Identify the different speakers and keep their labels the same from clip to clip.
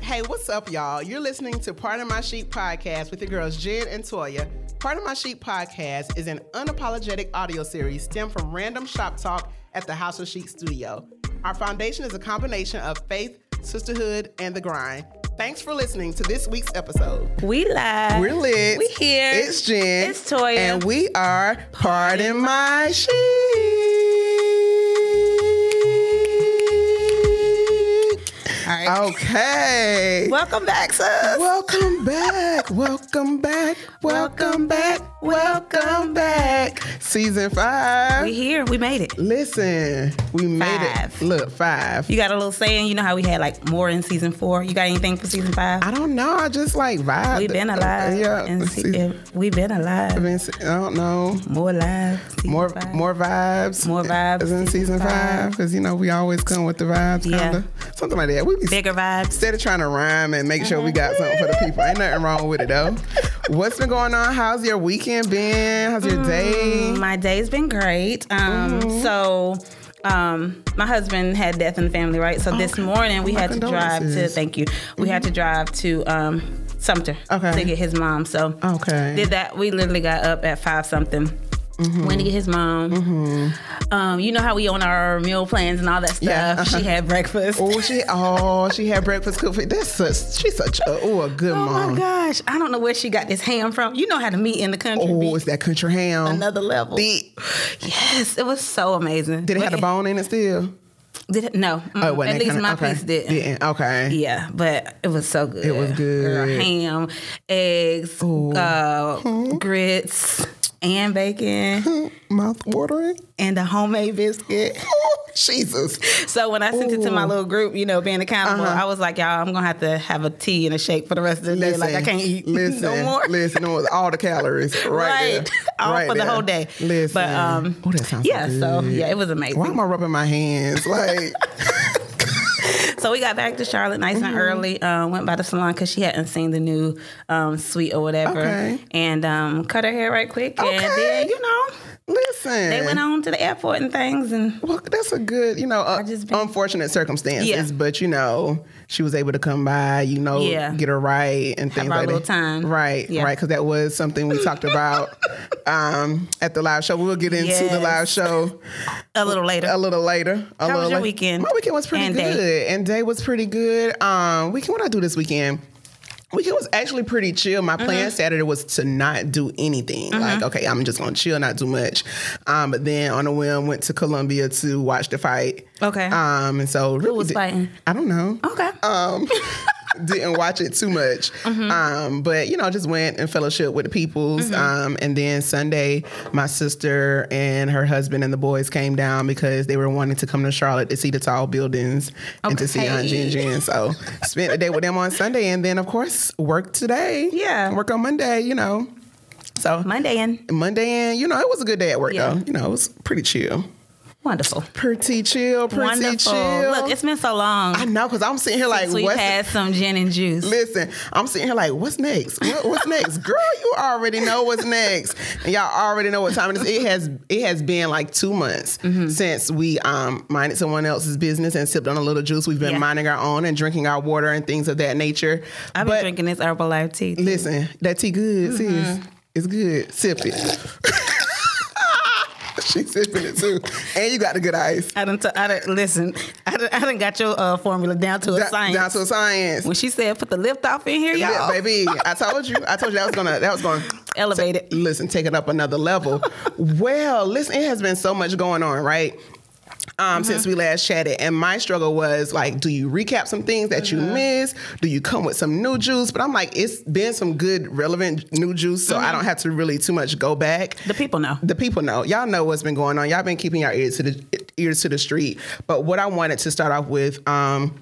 Speaker 1: Hey, what's up, y'all? You're listening to Part of My Sheep podcast with your girls Jen and Toya. Part of My Sheep podcast is an unapologetic audio series stemmed from random shop talk at the House of Sheep studio. Our foundation is a combination of faith, sisterhood, and the grind. Thanks for listening to this week's episode.
Speaker 2: We live.
Speaker 1: We're lit.
Speaker 2: We here.
Speaker 1: It's Jen.
Speaker 2: It's Toya.
Speaker 1: And we are Pardon My Sheep.
Speaker 2: All right.
Speaker 1: Oh. Okay.
Speaker 2: Welcome back, sis.
Speaker 1: Welcome back. Welcome back. Welcome back. Welcome back. Season
Speaker 2: We
Speaker 1: five.
Speaker 2: here. We made it.
Speaker 1: Listen, we made
Speaker 2: Five.
Speaker 1: it. Look, five.
Speaker 2: You got a little saying. You know how we had like more in season four. You got anything for season five?
Speaker 1: I don't know. I just like vibe.
Speaker 2: We've been alive.
Speaker 1: Yeah.
Speaker 2: in se-
Speaker 1: see-
Speaker 2: we've been alive.
Speaker 1: been se- I don't know.
Speaker 2: More live. season
Speaker 1: More
Speaker 2: five.
Speaker 1: more vibes.
Speaker 2: More vibes,
Speaker 1: Is in
Speaker 2: season
Speaker 1: season five.
Speaker 2: five.
Speaker 1: Because, you know, we always come with the vibes,
Speaker 2: Yeah.
Speaker 1: kind of. Something like that. We be
Speaker 2: Bigger vibes.
Speaker 1: Instead of trying to rhyme and make sure we got something for the
Speaker 2: Uh-huh.
Speaker 1: people, ain't nothing wrong with it though. What's been going on? How's your weekend been? How's
Speaker 2: Hmm.
Speaker 1: your day?
Speaker 2: My day's been great. Um,
Speaker 1: Mm-hmm.
Speaker 2: so. Um, my husband had death in the family, right? So this morning we
Speaker 1: My
Speaker 2: had to drive to.
Speaker 1: condolences. Mm-hmm.
Speaker 2: Thank you. We had to drive to um, Sumter
Speaker 1: Okay. Oh.
Speaker 2: to get his mom. So
Speaker 1: Okay.
Speaker 2: did that. We literally got up at five something.
Speaker 1: Mm-hmm.
Speaker 2: Went to get his mom. Um, you know how we on our meal plans and all that stuff.
Speaker 1: Yeah. uh-huh.
Speaker 2: She had breakfast. Oh,
Speaker 1: Oh, she oh she had breakfast cooked. for- That's such she's such a, oh a good mom.
Speaker 2: my gosh! I don't know where she got this ham from. You know how to meet in the country
Speaker 1: Oh,
Speaker 2: be
Speaker 1: it's that country ham.
Speaker 2: another level.
Speaker 1: Thick.
Speaker 2: Yes, it was so amazing.
Speaker 1: Did it have a bone in it still?
Speaker 2: Did it- no.
Speaker 1: Oh, it
Speaker 2: Mm,
Speaker 1: wasn't
Speaker 2: At
Speaker 1: that
Speaker 2: least
Speaker 1: kinda-
Speaker 2: my
Speaker 1: okay.
Speaker 2: piece didn't.
Speaker 1: Didn't. Okay.
Speaker 2: Yeah, but it was so good. It
Speaker 1: was good. Oh.
Speaker 2: ham, eggs, uh, grits, and bacon,
Speaker 1: Mouth watering.
Speaker 2: and a homemade biscuit.
Speaker 1: Oh, Jesus.
Speaker 2: So when I sent it to my
Speaker 1: Ooh. Uh-huh.
Speaker 2: little group, you know, being accountable, I was like, y'all, I'm gonna have to have a tea and a shake for the rest of the day. Like I can't eat
Speaker 1: listen,
Speaker 2: no more.
Speaker 1: Listen, it was all the calories right, there.
Speaker 2: Right. All
Speaker 1: Right
Speaker 2: for the
Speaker 1: there.
Speaker 2: whole day.
Speaker 1: Listen,
Speaker 2: But, um,
Speaker 1: oh, that sounds
Speaker 2: yeah, so,
Speaker 1: good.
Speaker 2: yeah, it was amazing.
Speaker 1: Why am I rubbing my hands? Like,
Speaker 2: So we got back to Charlotte nice
Speaker 1: Mm-hmm.
Speaker 2: and early. Uh, went by the salon because she hadn't seen the new um, suite or whatever,
Speaker 1: Okay.
Speaker 2: and um, cut her hair right quick. And
Speaker 1: Okay.
Speaker 2: then you know
Speaker 1: listen,
Speaker 2: they went on to the airport and things, and
Speaker 1: Well, that's a good, you know, uh,
Speaker 2: just been-
Speaker 1: unfortunate circumstances,
Speaker 2: Yeah.
Speaker 1: but you know, she was able to come by, you know,
Speaker 2: Yeah.
Speaker 1: get her right and things
Speaker 2: our
Speaker 1: like
Speaker 2: little
Speaker 1: that.
Speaker 2: time.
Speaker 1: Right,
Speaker 2: Yeah.
Speaker 1: right, because that was something we talked about um, at the live show. We'll get into the
Speaker 2: Yes.
Speaker 1: live show
Speaker 2: a little later.
Speaker 1: a little later. A
Speaker 2: How was
Speaker 1: little
Speaker 2: your
Speaker 1: la-
Speaker 2: weekend?
Speaker 1: My weekend was pretty
Speaker 2: And day?
Speaker 1: good, and day was pretty good. Um, weekend, what I do this weekend? Weekend was actually pretty chill. My plan
Speaker 2: Mm-hmm.
Speaker 1: Saturday was to not do anything. Like, okay, I'm just gonna chill, not do much. Um, but then on a whim, went to Columbia to watch the fight.
Speaker 2: Okay.
Speaker 1: Um, and so really
Speaker 2: was
Speaker 1: did-
Speaker 2: fighting?
Speaker 1: I don't know.
Speaker 2: okay.
Speaker 1: Um, didn't watch it too much.
Speaker 2: Mm-hmm.
Speaker 1: Um, but you know, just went and fellowship with the peoples. Um, and then Sunday, my sister and her husband and the boys came down because they were wanting to come to Charlotte to see the tall buildings and to see Anji and
Speaker 2: Okay.
Speaker 1: Jen. So spent the day with them on Sunday, and then of course work today.
Speaker 2: Yeah.
Speaker 1: work on Monday. You know, so
Speaker 2: Monday and
Speaker 1: Monday, and you know, it was a good day at work
Speaker 2: Yeah.
Speaker 1: though. You know, it was pretty chill,
Speaker 2: wonderful,
Speaker 1: pretty chill, pretty
Speaker 2: wonderful.
Speaker 1: chill.
Speaker 2: Look, it's been so long.
Speaker 1: I know, cause I'm sitting here like,
Speaker 2: since we've
Speaker 1: what's
Speaker 2: had some gin and juice.
Speaker 1: Listen, I'm sitting here like, what's next? What, what's next, girl? You already know what's next, and y'all already know what time it is. It has it has been like two months
Speaker 2: Mm-hmm.
Speaker 1: since we um, minded someone else's business and sipped on a little juice. We've been
Speaker 2: Yeah.
Speaker 1: minding our own and drinking our water and things of that nature.
Speaker 2: I've been
Speaker 1: but
Speaker 2: drinking Mm-hmm. this Herbalife tea. too.
Speaker 1: listen, that tea good, sis. It's good. Sip it. She's sipping it too, and you got the good ice.
Speaker 2: I done, t- I done listen. I done, I done got your uh, formula down to a
Speaker 1: Down-
Speaker 2: science.
Speaker 1: Down to a science.
Speaker 2: when she said put the lift off in here,
Speaker 1: Yeah,
Speaker 2: y'all,
Speaker 1: baby. I told you. I told you that was gonna that was gonna
Speaker 2: elevate it.
Speaker 1: listen, take it up another level. well, listen, it has been so much going on, right? Um, Since we last chatted, and my struggle was like, do you recap some things that you missed? Do you come with some new juice? But I'm like, it's been some good, relevant new juice, so I don't have to really too much go back
Speaker 2: The people know.
Speaker 1: the people know. Y'all know what's been going on. Y'all been keeping your ears to the ears to the street. But what I wanted to start off with, um,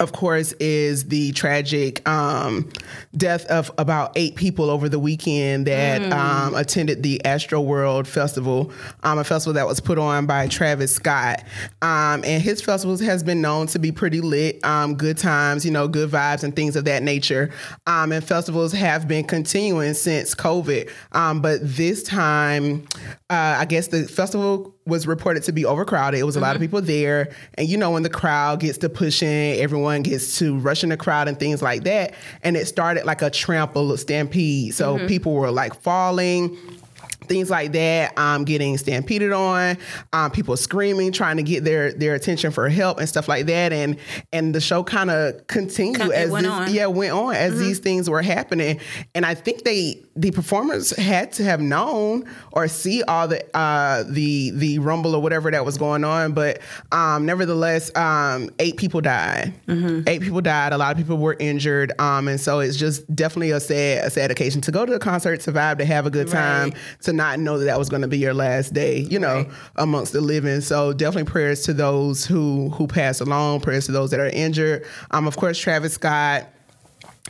Speaker 1: of course, is the tragic um, death of about eight people over the weekend that um, attended the Astro World Festival, um, a festival that was put on by Travis Scott. Um, and his festivals has been known to be pretty lit, um, good times, you know, good vibes and things of that nature. Um, and festivals have been continuing since COVID. Um, but this time, uh, I guess the festival was reported to be overcrowded. It was a
Speaker 2: Mm-hmm.
Speaker 1: lot of people there. And you know, when the crowd gets to pushing, everyone gets to rushing the crowd and things like that. And it started like a trample stampede. So
Speaker 2: Mm-hmm.
Speaker 1: people were like falling. Things like that, um, getting stampeded on, um, people screaming, trying to get their their attention for help and stuff like that, and and the show kind of continued
Speaker 2: Con- it
Speaker 1: as
Speaker 2: went
Speaker 1: this-
Speaker 2: on.
Speaker 1: yeah yeah, went on as these things were happening. And I think they the performers had to have known or see all the uh, the the rumble or whatever that was going on. But um, nevertheless, um, eight people died. Eight people died. A lot of people were injured. Um, and so it's just definitely a sad a sad occasion to go to the concert, survive, to have a good time,
Speaker 2: Right.
Speaker 1: to not know that that was going to be your last day. You know,
Speaker 2: Right.
Speaker 1: amongst the living. So definitely prayers to those who who passed along. Prayers to those that are injured. Um, of course, Travis Scott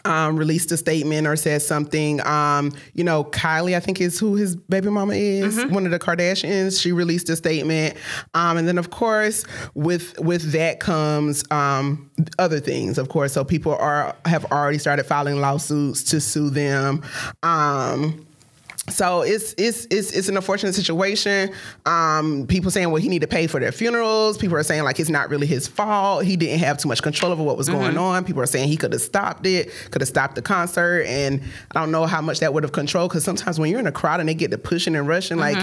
Speaker 1: um, released a statement or said something. Um, you know, Kylie, I think is who his baby mama is, one of the Kardashians. She released a statement, um, and then of course, with with that comes um, other things, of course. So people are have already started filing lawsuits to sue them. Um, so it's it's it's it's an unfortunate situation. Um, people saying, well, he need to pay for their funerals. People are saying like it's not really his fault. He didn't have too much control over what was going on. People are saying he could have stopped it, could have stopped the concert, and I don't know how much that would have controlled. Because sometimes when you're in a crowd and they get to pushing and rushing, like.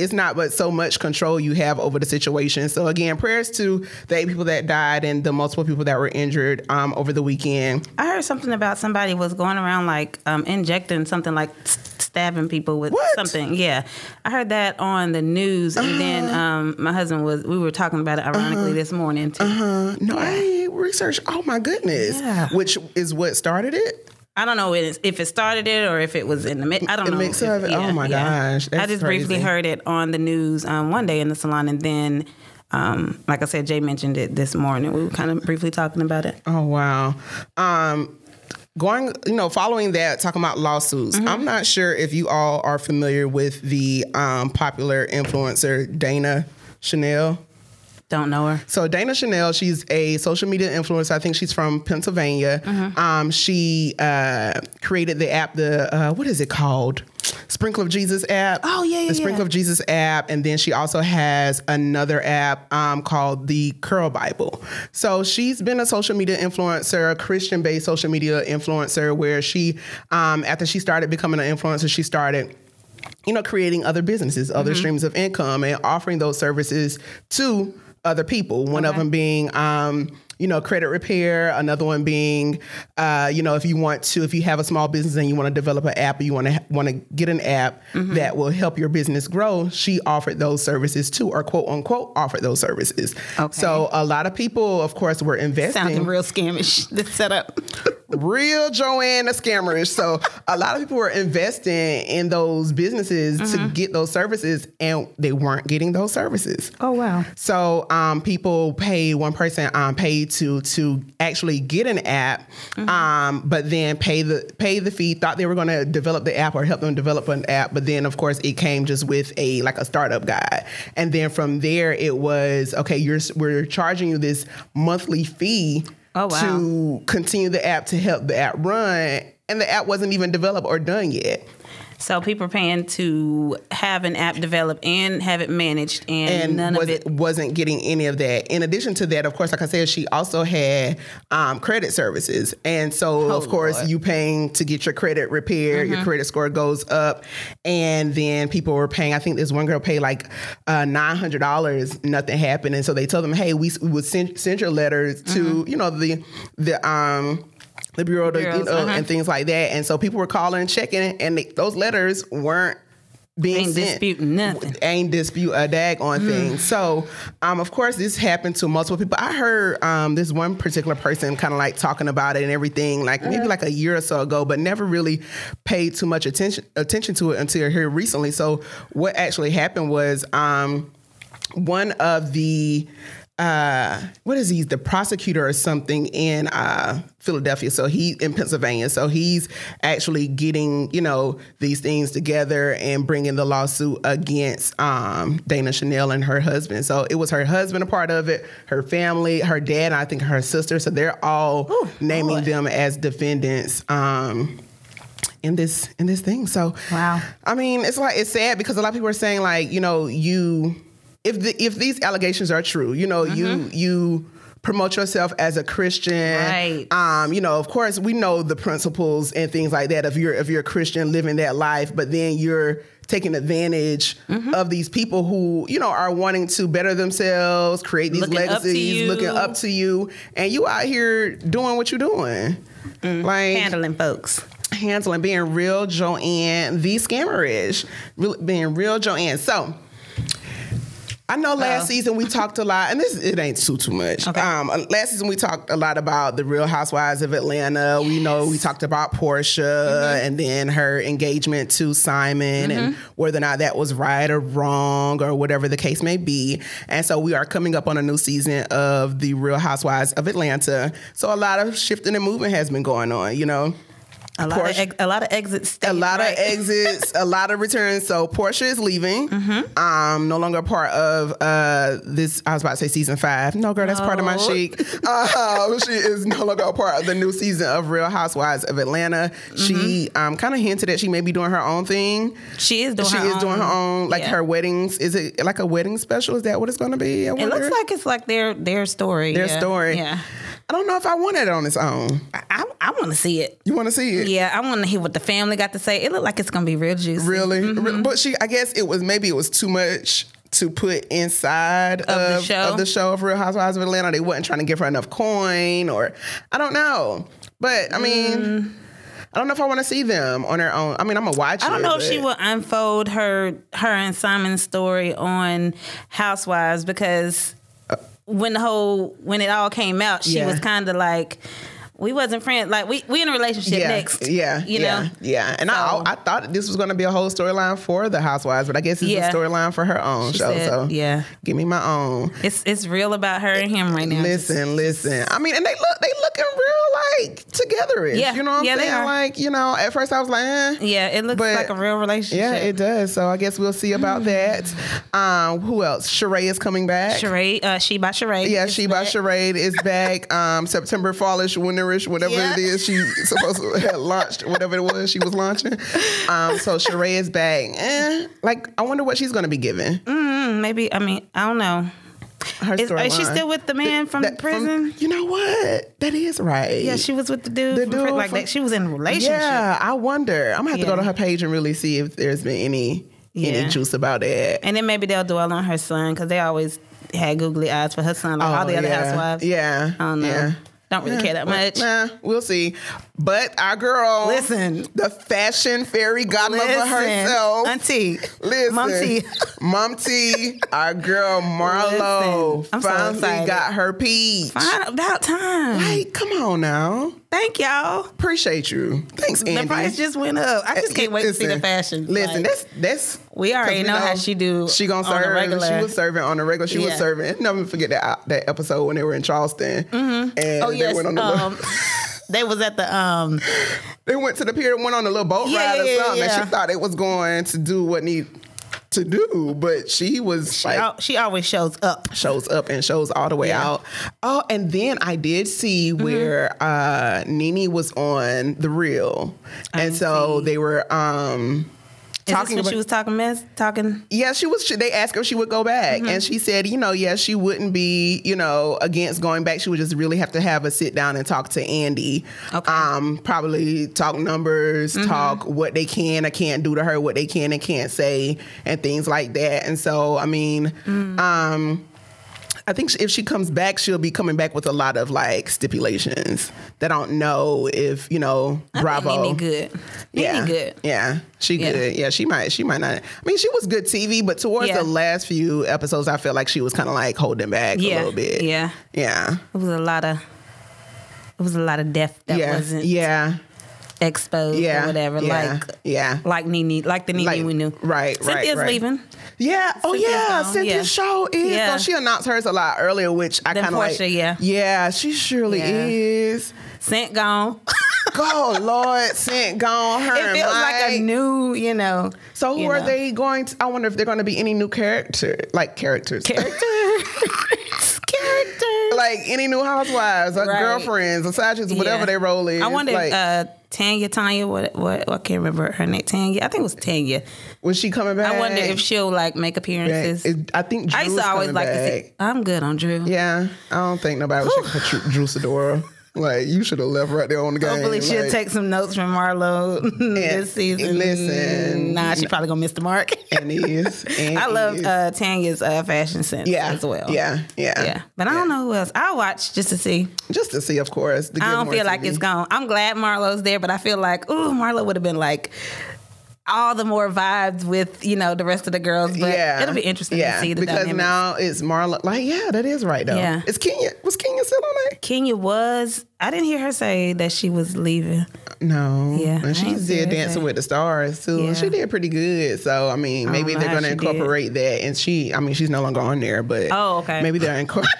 Speaker 1: It's not but so much control you have over the situation. So again, prayers to the eight people that died and the multiple people that were injured um, over the weekend.
Speaker 2: I heard something about somebody was going around like um, injecting something like st- stabbing people with
Speaker 1: What?
Speaker 2: something. Yeah, I heard that on the news, and then
Speaker 1: Uh-huh.
Speaker 2: um, my husband was. We were talking about it ironically this morning too.
Speaker 1: Uh, No, I ain't research. Oh my goodness,
Speaker 2: Yeah.
Speaker 1: which is what started it.
Speaker 2: I don't know if it- if it started it or if it was in the mix. I don't
Speaker 1: The
Speaker 2: know.
Speaker 1: mix
Speaker 2: if-
Speaker 1: of it? Oh my gosh,
Speaker 2: I
Speaker 1: that's
Speaker 2: just briefly
Speaker 1: crazy.
Speaker 2: heard it on the news um, one day in the salon, and then. Um, like I said, Jay mentioned it this morning. We were kind of briefly talking about it.
Speaker 1: Oh wow. Um going you know following that talking about lawsuits i'm not sure if you all are familiar with the um, popular influencer dana chanel
Speaker 2: Don't know her.
Speaker 1: So Dana Chanel, she's a social media influencer. I think she's from Pennsylvania. Um, she uh, created the app, the uh, what is it called? Sprinkle of Jesus app.
Speaker 2: Oh, yeah, yeah,
Speaker 1: The Sprinkle
Speaker 2: yeah.
Speaker 1: of Jesus app, and then she also has another app um, called the Curl Bible. So she's been a social media influencer, a Christian-based social media influencer, where she, um, after she started becoming an influencer, she started you know, creating other businesses, other
Speaker 2: Mm-hmm.
Speaker 1: streams of income, and offering those services to other people. One of
Speaker 2: Okay.
Speaker 1: them being, um, you know, credit repair. Another one being, uh, you know, if you want to, if you have a small business and you want to develop an app, or you want to want to get an app
Speaker 2: Mm-hmm.
Speaker 1: that will help your business grow. She offered those services too, or quote unquote offered those services.
Speaker 2: Okay.
Speaker 1: So a lot of people, of course, were investing
Speaker 2: Sounding real scamish. This setup.
Speaker 1: real Joanna scammerish. So a lot of people were investing in those businesses to get those services, and they weren't getting those services.
Speaker 2: Oh wow.
Speaker 1: So um, people paid one person um, paid to to actually get an app,
Speaker 2: Mm-hmm.
Speaker 1: um, but then pay the pay the fee. Thought they were going to develop the app or help them develop an app, but then of course it came just with a like a startup guide, and then from there it was okay. You're we're charging you this monthly fee
Speaker 2: Oh, wow.
Speaker 1: to continue the app to help the app run, and the app wasn't even developed or done yet.
Speaker 2: So people are paying to have an app developed and have it managed, and,
Speaker 1: and
Speaker 2: none of
Speaker 1: wasn't,
Speaker 2: it.
Speaker 1: wasn't getting any of that. In addition to that, of course, like I said, she also had um, credit services. And so,
Speaker 2: Oh,
Speaker 1: of course,
Speaker 2: Lord. Mm-hmm.
Speaker 1: you paying to get your credit repaired, your credit score goes up. And then people were paying, I think this one girl paid like uh, $900, nothing happened. And so they told them, hey, we, we would send, send your letters to, you know, the, the, um, the Bureau to, you
Speaker 2: Mm-hmm. Bureaus,
Speaker 1: know,
Speaker 2: uh-huh.
Speaker 1: and things like that. And so people were calling and checking, and they, those letters weren't being
Speaker 2: Ain't
Speaker 1: sent
Speaker 2: disputing nothing.
Speaker 1: ain't dispute a dag on things. So, um, of course, this happened to multiple people. I heard um, this one particular person kind of like talking about it and everything, like maybe like a year or so ago, but never really paid too much attention attention to it until here recently. So, what actually happened was um, one of the uh, what is he? The prosecutor or something in uh, Philadelphia. So he in Pennsylvania. So he's actually getting you know these things together and bringing the lawsuit against um, Dana Chanel and her husband. So it was her husband a part of it, her family, her dad, and I think her sister. So they're all
Speaker 2: Ooh,
Speaker 1: naming
Speaker 2: Lord.
Speaker 1: them as defendants. Um, in this in this thing. So
Speaker 2: Wow.
Speaker 1: I mean, it's like it's sad because a lot of people are saying like, you know, you if the, if these allegations are true, you know, you
Speaker 2: Mm-hmm.
Speaker 1: you promote yourself as a Christian.
Speaker 2: Right.
Speaker 1: Um, you know, of course, we know the principles and things like that. If you're if you're a Christian living that life, but then you're taking advantage
Speaker 2: Mm-hmm.
Speaker 1: of these people who you know are wanting to better themselves, create these
Speaker 2: Looking up to
Speaker 1: legacies,
Speaker 2: you.
Speaker 1: looking up to you, and you out here doing what you're doing, like
Speaker 2: Mm. handling folks.
Speaker 1: handling, being real Joanne, the scammerish, real, being real Joanne. So. I know last
Speaker 2: Uh-oh.
Speaker 1: season we talked a lot, and this it ain't too too much.
Speaker 2: Okay.
Speaker 1: Um, last season we talked a lot about the Real Housewives of Atlanta. We know we talked about Portia
Speaker 2: Mm-hmm.
Speaker 1: and then her engagement to Simon and whether or not that was right or wrong or whatever the case may be. And so we are coming up on a new season of the Real Housewives of Atlanta. So a lot of shifting and movement has been going on. You know.
Speaker 2: A lot
Speaker 1: Portia-
Speaker 2: of ex- a lot of exits.
Speaker 1: A lot
Speaker 2: right?
Speaker 1: of exits, a lot of returns. So Portia is leaving.
Speaker 2: Mm-hmm.
Speaker 1: Um, no longer a part of uh, this. I was about to say season five. No, girl, that's part of my
Speaker 2: No.
Speaker 1: chic. Um, she is no longer a part of the new season of Real Housewives of Atlanta. She
Speaker 2: Mm-hmm.
Speaker 1: um, kind of hinted that she may be doing her own thing.
Speaker 2: She is doing.
Speaker 1: she
Speaker 2: her
Speaker 1: is
Speaker 2: own.
Speaker 1: doing her own, like
Speaker 2: Yeah.
Speaker 1: her weddings. Is it like a wedding special? Is that what it's going to be? I
Speaker 2: It looks
Speaker 1: wonder?
Speaker 2: like it's like their their story.
Speaker 1: their
Speaker 2: yeah.
Speaker 1: story.
Speaker 2: Yeah,
Speaker 1: I don't know if I want it on its own.
Speaker 2: I I, I want to see it.
Speaker 1: You want to see it?
Speaker 2: Yeah, I want to hear what the family got to say. It looked like it's gonna be real juicy.
Speaker 1: Really?
Speaker 2: Mm-hmm.
Speaker 1: Re- But she, I guess it was maybe it was too much to put inside of,
Speaker 2: the
Speaker 1: of the,
Speaker 2: show?
Speaker 1: show of Real Housewives of Atlanta. They wasn't trying to give her enough coin, or I don't know. But I mean, I don't know if I want to see them on their own. I mean, I'm gonna watch.
Speaker 2: Mm. I don't know if she
Speaker 1: but-
Speaker 2: will unfold her her and Simon's story on Housewives because when the whole when it all came out, she
Speaker 1: Uh. Yeah.
Speaker 2: was kind of like, "We wasn't friends. Like we we in a relationship
Speaker 1: Yeah,
Speaker 2: next.
Speaker 1: yeah,
Speaker 2: you
Speaker 1: yeah,
Speaker 2: know."
Speaker 1: yeah. And I,
Speaker 2: So-
Speaker 1: I thought this was going to be a whole storyline for the Housewives, but I guess it's
Speaker 2: Yeah.
Speaker 1: a storyline for her own
Speaker 2: She
Speaker 1: show.
Speaker 2: said-
Speaker 1: so
Speaker 2: yeah,
Speaker 1: give me my own.
Speaker 2: it's it's real about her and him right now.
Speaker 1: Listen, listen. I mean, and they look they looking real like together is.
Speaker 2: Yeah.
Speaker 1: You know what I'm
Speaker 2: Yeah, they
Speaker 1: saying?
Speaker 2: are.
Speaker 1: Like, you know, at first I was like, eh.
Speaker 2: yeah, it looks
Speaker 1: But-
Speaker 2: like a real relationship.
Speaker 1: Yeah, it does. So I guess we'll see
Speaker 2: Mm.
Speaker 1: about that. Um, who else? Sheree is coming back.
Speaker 2: Charade, uh, she by Charade.
Speaker 1: Yeah,
Speaker 2: is
Speaker 1: she by
Speaker 2: back.
Speaker 1: Charade is back. Um, September fallish, winterish, whatever
Speaker 2: Yeah.
Speaker 1: it is she supposed to have launched, whatever it was she was launching. Um, so Sheree is back. Eh, like, I wonder what she's going to be given.
Speaker 2: Mm, maybe I mean I don't know.
Speaker 1: Her
Speaker 2: Mm. Is, is she
Speaker 1: storyline.
Speaker 2: still with the man from
Speaker 1: That-
Speaker 2: the prison?
Speaker 1: you know what? That is right.
Speaker 2: yeah, she was with the dude.
Speaker 1: The
Speaker 2: from-
Speaker 1: dude
Speaker 2: like
Speaker 1: from-
Speaker 2: that. She was in a relationship.
Speaker 1: Yeah, I wonder. I'm gonna have to go to
Speaker 2: Yeah.
Speaker 1: her page and really see if there's been any
Speaker 2: Yeah.
Speaker 1: any juice about that.
Speaker 2: And then maybe they'll dwell on her son because they always had googly eyes for her son, like all the
Speaker 1: Oh,
Speaker 2: other
Speaker 1: yeah.
Speaker 2: housewives.
Speaker 1: Yeah.
Speaker 2: I don't know.
Speaker 1: Yeah.
Speaker 2: Don't really care that much.
Speaker 1: Nah, we'll see. But our girl,
Speaker 2: Listen.
Speaker 1: the fashion fairy godmother
Speaker 2: Listen,
Speaker 1: herself.
Speaker 2: Auntie.
Speaker 1: Listen,
Speaker 2: Mom T.
Speaker 1: Mom T, our girl Marlo
Speaker 2: Listen, I'm so
Speaker 1: finally
Speaker 2: excited.
Speaker 1: got her peach.
Speaker 2: Fine, about time.
Speaker 1: Hey, come on now.
Speaker 2: Thank y'all.
Speaker 1: Appreciate you. Thanks, Andy.
Speaker 2: The price just went up. I just can't wait to see the
Speaker 1: Listen,
Speaker 2: fashion.
Speaker 1: Listen,
Speaker 2: Like,
Speaker 1: that's that's
Speaker 2: we already
Speaker 1: Because
Speaker 2: know, how she do.
Speaker 1: She gonna
Speaker 2: on the
Speaker 1: serve.
Speaker 2: regular.
Speaker 1: She was serving on the regular. She
Speaker 2: Yeah.
Speaker 1: was serving. And never forget that uh, that episode when they were in Charleston, and
Speaker 2: Oh yes.
Speaker 1: they went on the little,
Speaker 2: um, they was at the um.
Speaker 1: they went to the pier, and went on a little boat ride
Speaker 2: Yeah, yeah, yeah,
Speaker 1: or something.
Speaker 2: yeah.
Speaker 1: And she thought it was going to do what need to do, but she was like.
Speaker 2: al- She always shows up.
Speaker 1: Shows up and shows all the way
Speaker 2: Yeah. Mm-hmm.
Speaker 1: out. Oh, and then I did see where uh Nini was on the reel, and so they were um
Speaker 2: Is this
Speaker 1: talking
Speaker 2: when
Speaker 1: about
Speaker 2: she was talking mess, talking
Speaker 1: yeah, she was. She, they asked her if she would go back, and she said, you know, yes, she wouldn't be, you know, against going back. She would just really have to have a sit down and talk to Andy.
Speaker 2: Okay.
Speaker 1: Um, probably talk numbers, talk what they can or can't do to her, what they can and can't say, and things like that. And so, I mean, um. I think if she comes back, she'll be coming back with a lot of like stipulations that I don't know if you know. Bravo,
Speaker 2: Nene good. Nene
Speaker 1: yeah.
Speaker 2: good.
Speaker 1: Yeah. She
Speaker 2: Yeah.
Speaker 1: good. Yeah, she might she might not. I mean, she was good TV, but towards
Speaker 2: Yeah.
Speaker 1: the last few episodes I felt like she was kind of like holding back
Speaker 2: Yeah.
Speaker 1: a little bit.
Speaker 2: Yeah.
Speaker 1: Yeah.
Speaker 2: It was a lot of it was a lot of death that
Speaker 1: yeah.
Speaker 2: wasn't
Speaker 1: yeah.
Speaker 2: exposed
Speaker 1: Yeah.
Speaker 2: or whatever.
Speaker 1: Yeah.
Speaker 2: Like
Speaker 1: Yeah.
Speaker 2: like Nene, like the Nene
Speaker 1: Like-
Speaker 2: we knew.
Speaker 1: right, right,
Speaker 2: Cynthia's
Speaker 1: right.
Speaker 2: leaving.
Speaker 1: Yeah. Oh
Speaker 2: Cynthia's
Speaker 1: yeah.
Speaker 2: gone.
Speaker 1: Cynthia's
Speaker 2: Yeah.
Speaker 1: show is
Speaker 2: Yeah.
Speaker 1: gone. She announced hers a lot earlier, which I
Speaker 2: Than
Speaker 1: kinda like
Speaker 2: Portia, yeah.
Speaker 1: Yeah, she surely
Speaker 2: Yeah.
Speaker 1: is.
Speaker 2: Scent gone.
Speaker 1: Go Lord, sent gone her.
Speaker 2: it
Speaker 1: and
Speaker 2: feels like a
Speaker 1: Mike.
Speaker 2: new, you know.
Speaker 1: So who
Speaker 2: you
Speaker 1: are
Speaker 2: know,
Speaker 1: they going to I wonder if they're gonna be any new character like characters.
Speaker 2: Character. character.
Speaker 1: like any new housewives or
Speaker 2: Right.
Speaker 1: girlfriends or sergeants, whatever
Speaker 2: Yeah.
Speaker 1: their role is.
Speaker 2: I wonder
Speaker 1: like,
Speaker 2: if uh Tanya, Tanya, what, what, I can't remember her name. Tanya, I think it was Tanya.
Speaker 1: Was she coming back?
Speaker 2: I wonder if she'll like make appearances.
Speaker 1: It- I think Drew's
Speaker 2: I used to always like to see. I'm good on Drew.
Speaker 1: Yeah, I don't think nobody was checking for Drew, Drew Sidora. Like you should have left right there on the game.
Speaker 2: Hopefully she'll
Speaker 1: like-
Speaker 2: take some notes from Marlo this season.
Speaker 1: listen.
Speaker 2: nah, she probably gonna miss the mark.
Speaker 1: And he is. And
Speaker 2: I love
Speaker 1: he is.
Speaker 2: uh, Tanya's uh, fashion sense
Speaker 1: yeah
Speaker 2: as well.
Speaker 1: Yeah, yeah,
Speaker 2: yeah. But I don't know who else. I'll watch just to see.
Speaker 1: Just to see, of course. to
Speaker 2: I
Speaker 1: give
Speaker 2: don't
Speaker 1: more
Speaker 2: feel like
Speaker 1: TV.
Speaker 2: it's gone. I'm glad Marlo's there, but I feel like, ooh, Marlo would have been like all the more vibes with you know the rest of the girls. But
Speaker 1: yeah,
Speaker 2: it'll be interesting
Speaker 1: yeah,
Speaker 2: to see the
Speaker 1: because
Speaker 2: dynamics.
Speaker 1: now it's Marla. Like, yeah, that is right though.
Speaker 2: Yeah.
Speaker 1: is Kenya was Kenya still on that?
Speaker 2: Kenya was. I didn't hear her say that she was leaving.
Speaker 1: No.
Speaker 2: Yeah, I
Speaker 1: And she
Speaker 2: ain't see
Speaker 1: did
Speaker 2: her
Speaker 1: Dancing
Speaker 2: there.
Speaker 1: with the Stars too.
Speaker 2: Yeah.
Speaker 1: And she did pretty good. So I mean, maybe
Speaker 2: know
Speaker 1: they're
Speaker 2: how
Speaker 1: gonna
Speaker 2: she did.
Speaker 1: incorporate that. And she, I mean, she's no longer on there, but
Speaker 2: Oh, okay.
Speaker 1: Maybe they're incorporating.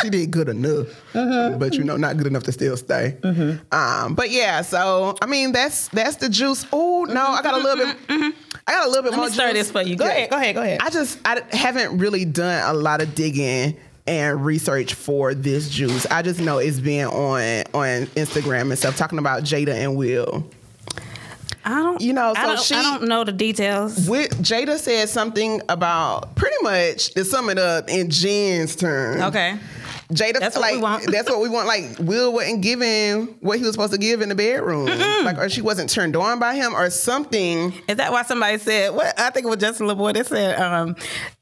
Speaker 1: she did good enough, but you know, not good enough to still stay. Um, but yeah, so I mean, that's that's the juice. Oh no, I got a little bit. I got a little bit more.
Speaker 2: me stir
Speaker 1: juice.
Speaker 2: this for you. Go
Speaker 1: Yeah.
Speaker 2: ahead, go ahead, go ahead.
Speaker 1: I just I haven't really done a lot of digging and research for this juice. I just know it's been on on Instagram and stuff talking about Jada and Will.
Speaker 2: I don't.
Speaker 1: You know,
Speaker 2: I
Speaker 1: so
Speaker 2: don't,
Speaker 1: she-
Speaker 2: I don't know the details.
Speaker 1: With Jada said something about pretty much to sum it up in Jen's turn.
Speaker 2: Okay.
Speaker 1: Jada,
Speaker 2: That's what
Speaker 1: like
Speaker 2: we want.
Speaker 1: that's what we want. Like Will wasn't given what he was supposed to give in the bedroom, like or she wasn't turned on by him or something.
Speaker 2: Is that why somebody said? What I think it was Justin LeBoy that said, um,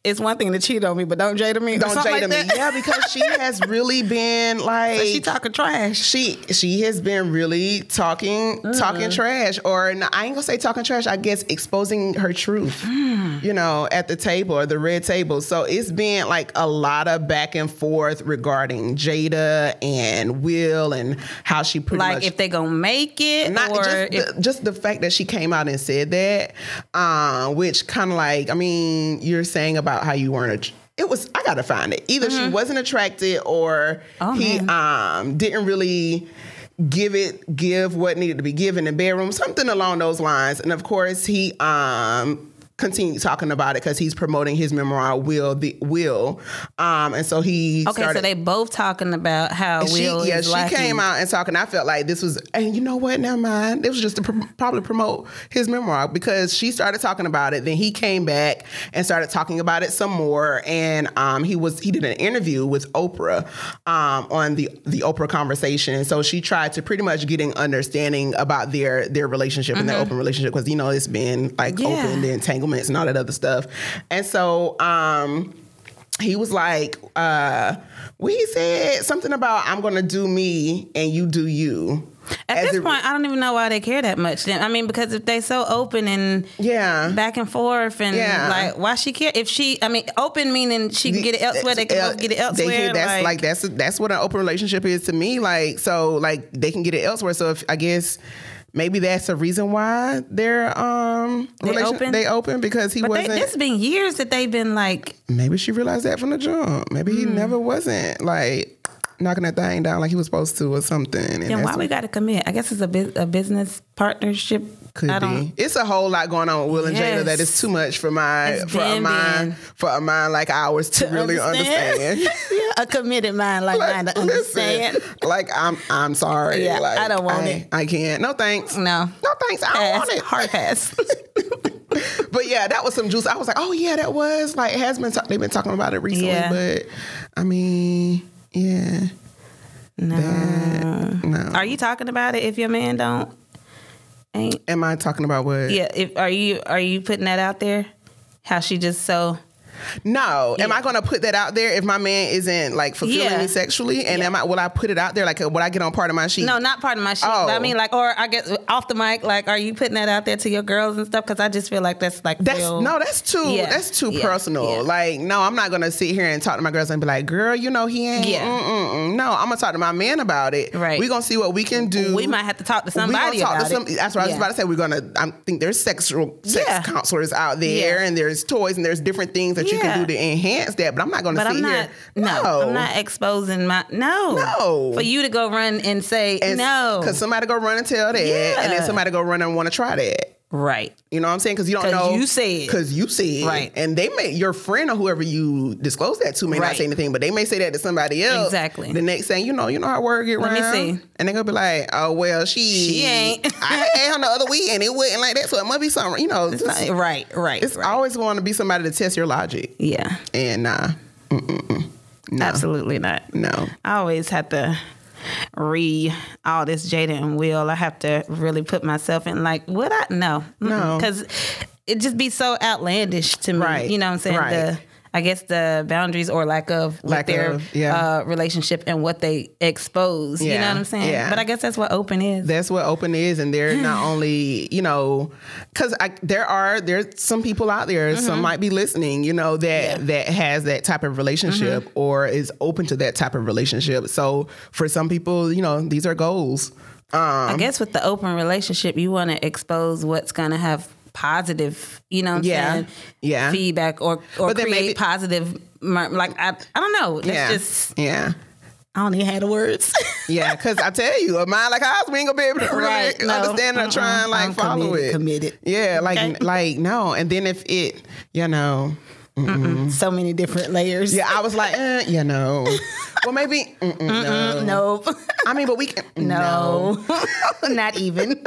Speaker 2: "It's one thing to cheat on me, but don't jade me." or
Speaker 1: Don't
Speaker 2: something
Speaker 1: Jada
Speaker 2: like
Speaker 1: me,
Speaker 2: that.
Speaker 1: yeah, because she has really been like
Speaker 2: she talking trash.
Speaker 1: she she has been really talking talking trash or n- I ain't gonna say talking trash I guess exposing her truth
Speaker 2: Mm.
Speaker 1: you know at the table or the red table so it's been like a lot of back and forth regarding Jada and Will and how she pretty
Speaker 2: Like
Speaker 1: much
Speaker 2: if they gonna make it,
Speaker 1: not
Speaker 2: or
Speaker 1: just
Speaker 2: if,
Speaker 1: the, just the fact that she came out and said that, um, which kind of like I mean, you're saying about how you weren't. A, it was I gotta find it. Either she wasn't attracted or
Speaker 2: Mm-hmm. Oh,
Speaker 1: he um didn't really give it give what needed to be given in the bedroom, something along those lines. And of course, he um continued talking about it because he's promoting his memoir will the will um and so he
Speaker 2: okay,
Speaker 1: started,
Speaker 2: so they both talking about how
Speaker 1: she,
Speaker 2: Will
Speaker 1: yeah,
Speaker 2: is
Speaker 1: she
Speaker 2: lacking.
Speaker 1: came out and talking. I felt like this was, and you know what? Never mind. It was just to pr- probably promote his memoir because she started talking about it. Then he came back and started talking about it some more. And um, he was he did an interview with Oprah um, on the the Oprah conversation. And so she tried to pretty much get an understanding about their their relationship and their open relationship because you know it's been like
Speaker 2: Mm-hmm. Yeah.
Speaker 1: open the entanglements and all that other stuff. And so. um he was like, uh, well, he said something about I'm gonna do me and you do you.
Speaker 2: At
Speaker 1: As
Speaker 2: this
Speaker 1: it-
Speaker 2: point, I don't even know why they care that much. Then I mean, because if they so open and
Speaker 1: yeah,
Speaker 2: back and forth, and
Speaker 1: Yeah.
Speaker 2: like why she care? If she, I mean, open meaning she can get it elsewhere. They can
Speaker 1: El-
Speaker 2: both get it
Speaker 1: they
Speaker 2: elsewhere.
Speaker 1: can- that's like,
Speaker 2: like,
Speaker 1: that's that's what an open relationship is to me. Like so, like they can get it elsewhere. So if I guess maybe that's a reason why they're um
Speaker 2: They open?
Speaker 1: they open because he
Speaker 2: but they,
Speaker 1: wasn't.
Speaker 2: this been years that they've been like
Speaker 1: maybe she realized that from the jump. Maybe
Speaker 2: Hmm.
Speaker 1: he never wasn't like knocking that thing down like he was supposed to or something. And
Speaker 2: Then
Speaker 1: that's
Speaker 2: why we got to commit? I guess it's a, bu- a business partnership.
Speaker 1: Could
Speaker 2: I don't,
Speaker 1: be. It's a whole lot going on with Will and Jada
Speaker 2: Yes.
Speaker 1: that is too much for my
Speaker 2: It's
Speaker 1: for a
Speaker 2: been
Speaker 1: mind for a mind like ours to, really understand.
Speaker 2: yeah, a committed mind like, mine to
Speaker 1: listen,
Speaker 2: understand.
Speaker 1: Like I'm I'm sorry.
Speaker 2: Yeah,
Speaker 1: like,
Speaker 2: I don't want it.
Speaker 1: I can't. No thanks.
Speaker 2: No.
Speaker 1: No thanks. I don't
Speaker 2: Pass.
Speaker 1: want it.
Speaker 2: Hard pass.
Speaker 1: But yeah, that was some juice. I was like, oh yeah, that was like it has been talk- they've been talking about it recently,
Speaker 2: Yeah.
Speaker 1: but I mean, yeah.
Speaker 2: no.
Speaker 1: That- no.
Speaker 2: Are you talking about it if your man don't? Ain't
Speaker 1: Am I talking about what?
Speaker 2: yeah. If are you are you putting that out there? How she just so
Speaker 1: No. Am I going to put that out there if my man isn't like fulfilling
Speaker 2: Yeah.
Speaker 1: me sexually? And am I will I put it out there like would I get on part of my sheet?
Speaker 2: no not part of my shit. But I
Speaker 1: Oh.
Speaker 2: mean like or I guess off the mic like are you putting that out there to your girls and stuff? Because I just feel like that's like
Speaker 1: That's
Speaker 2: real-
Speaker 1: no, that's too
Speaker 2: Yeah,
Speaker 1: that's too
Speaker 2: yeah,
Speaker 1: personal.
Speaker 2: yeah.
Speaker 1: Like, no, I'm not gonna sit here and talk to my girls and be like, girl, you know he ain't.
Speaker 2: Yeah.
Speaker 1: mm-mm-mm." No, I'm gonna talk to my man about it.
Speaker 2: Right.
Speaker 1: We gonna see what we can do.
Speaker 2: We might have to talk to
Speaker 1: We gonna
Speaker 2: somebody
Speaker 1: talk
Speaker 2: about
Speaker 1: to some-
Speaker 2: it.
Speaker 1: That's what I was
Speaker 2: Yeah.
Speaker 1: about to say. We're gonna. I think there's sexual sex
Speaker 2: Yeah.
Speaker 1: counselors out there,
Speaker 2: Yeah.
Speaker 1: and there's toys, and there's different things that you
Speaker 2: Yeah.
Speaker 1: can do to enhance that. But I'm not gonna
Speaker 2: But
Speaker 1: sit
Speaker 2: I'm not.
Speaker 1: here.
Speaker 2: No, I'm not exposing my. No,
Speaker 1: No.
Speaker 2: For you to go run and say no,
Speaker 1: Because somebody go run and tell that, and then
Speaker 2: Yeah.
Speaker 1: somebody go run and want to try that.
Speaker 2: Right.
Speaker 1: You know what I'm saying? Because you don't
Speaker 2: 'Cause
Speaker 1: know.
Speaker 2: you said.
Speaker 1: Because you said.
Speaker 2: Right.
Speaker 1: And they may, your friend or whoever you disclose that to may not
Speaker 2: Right.
Speaker 1: say anything, but they may say that to somebody else.
Speaker 2: Exactly.
Speaker 1: The next thing, you know, you know how word get
Speaker 2: Let me
Speaker 1: round.
Speaker 2: see.
Speaker 1: And they're going to be like, oh, well, she.
Speaker 2: She ain't.
Speaker 1: I had her the other week and it wasn't like that. So it must be something, you know. It's,
Speaker 2: Right. Right. Right.
Speaker 1: it's always want to be somebody to test your logic.
Speaker 2: yeah.
Speaker 1: And nah. Mm-mm-mm. No.
Speaker 2: Absolutely not.
Speaker 1: No.
Speaker 2: I always have to read all this Jada and Will. I have to really put myself in like, would I? No.
Speaker 1: No.
Speaker 2: Because it just be so outlandish to me.
Speaker 1: Right.
Speaker 2: You know what I'm saying?
Speaker 1: Right.
Speaker 2: The, I guess the boundaries or lack of what
Speaker 1: Lack
Speaker 2: their
Speaker 1: of, yeah.
Speaker 2: uh, relationship and what they expose. You know
Speaker 1: Yeah,
Speaker 2: what I'm saying?
Speaker 1: yeah.
Speaker 2: But I guess that's what open is.
Speaker 1: That's what open is, and they're not only you know, because there are there's some people out there,
Speaker 2: Mm-hmm.
Speaker 1: some might be listening, you know, that that has that type of relationship
Speaker 2: Mm-hmm.
Speaker 1: or is open to that type of relationship. So for some people, you know, these are goals. Um,
Speaker 2: I guess with the open relationship, you want to expose what's going to have positive, you know, what I'm
Speaker 1: Yeah.
Speaker 2: saying,
Speaker 1: Yeah.
Speaker 2: feedback or or
Speaker 1: But then
Speaker 2: create
Speaker 1: maybe-
Speaker 2: positive. mer- Like I, I don't know. It's
Speaker 1: yeah,
Speaker 2: just
Speaker 1: yeah.
Speaker 2: I don't even have the words.
Speaker 1: Yeah, because I tell you, a mind like ours, we ain't gonna be able to really
Speaker 2: Right, no.
Speaker 1: understand it or try and like
Speaker 2: I'm
Speaker 1: follow
Speaker 2: committed,
Speaker 1: it.
Speaker 2: committed.
Speaker 1: Yeah, like
Speaker 2: Okay.
Speaker 1: like no, and then if it, you know,
Speaker 2: so many different layers.
Speaker 1: Mm. yeah, I was like, eh, you know, well maybe, mm-mm, no.
Speaker 2: No,
Speaker 1: I mean, but we can mm,
Speaker 2: no, not even.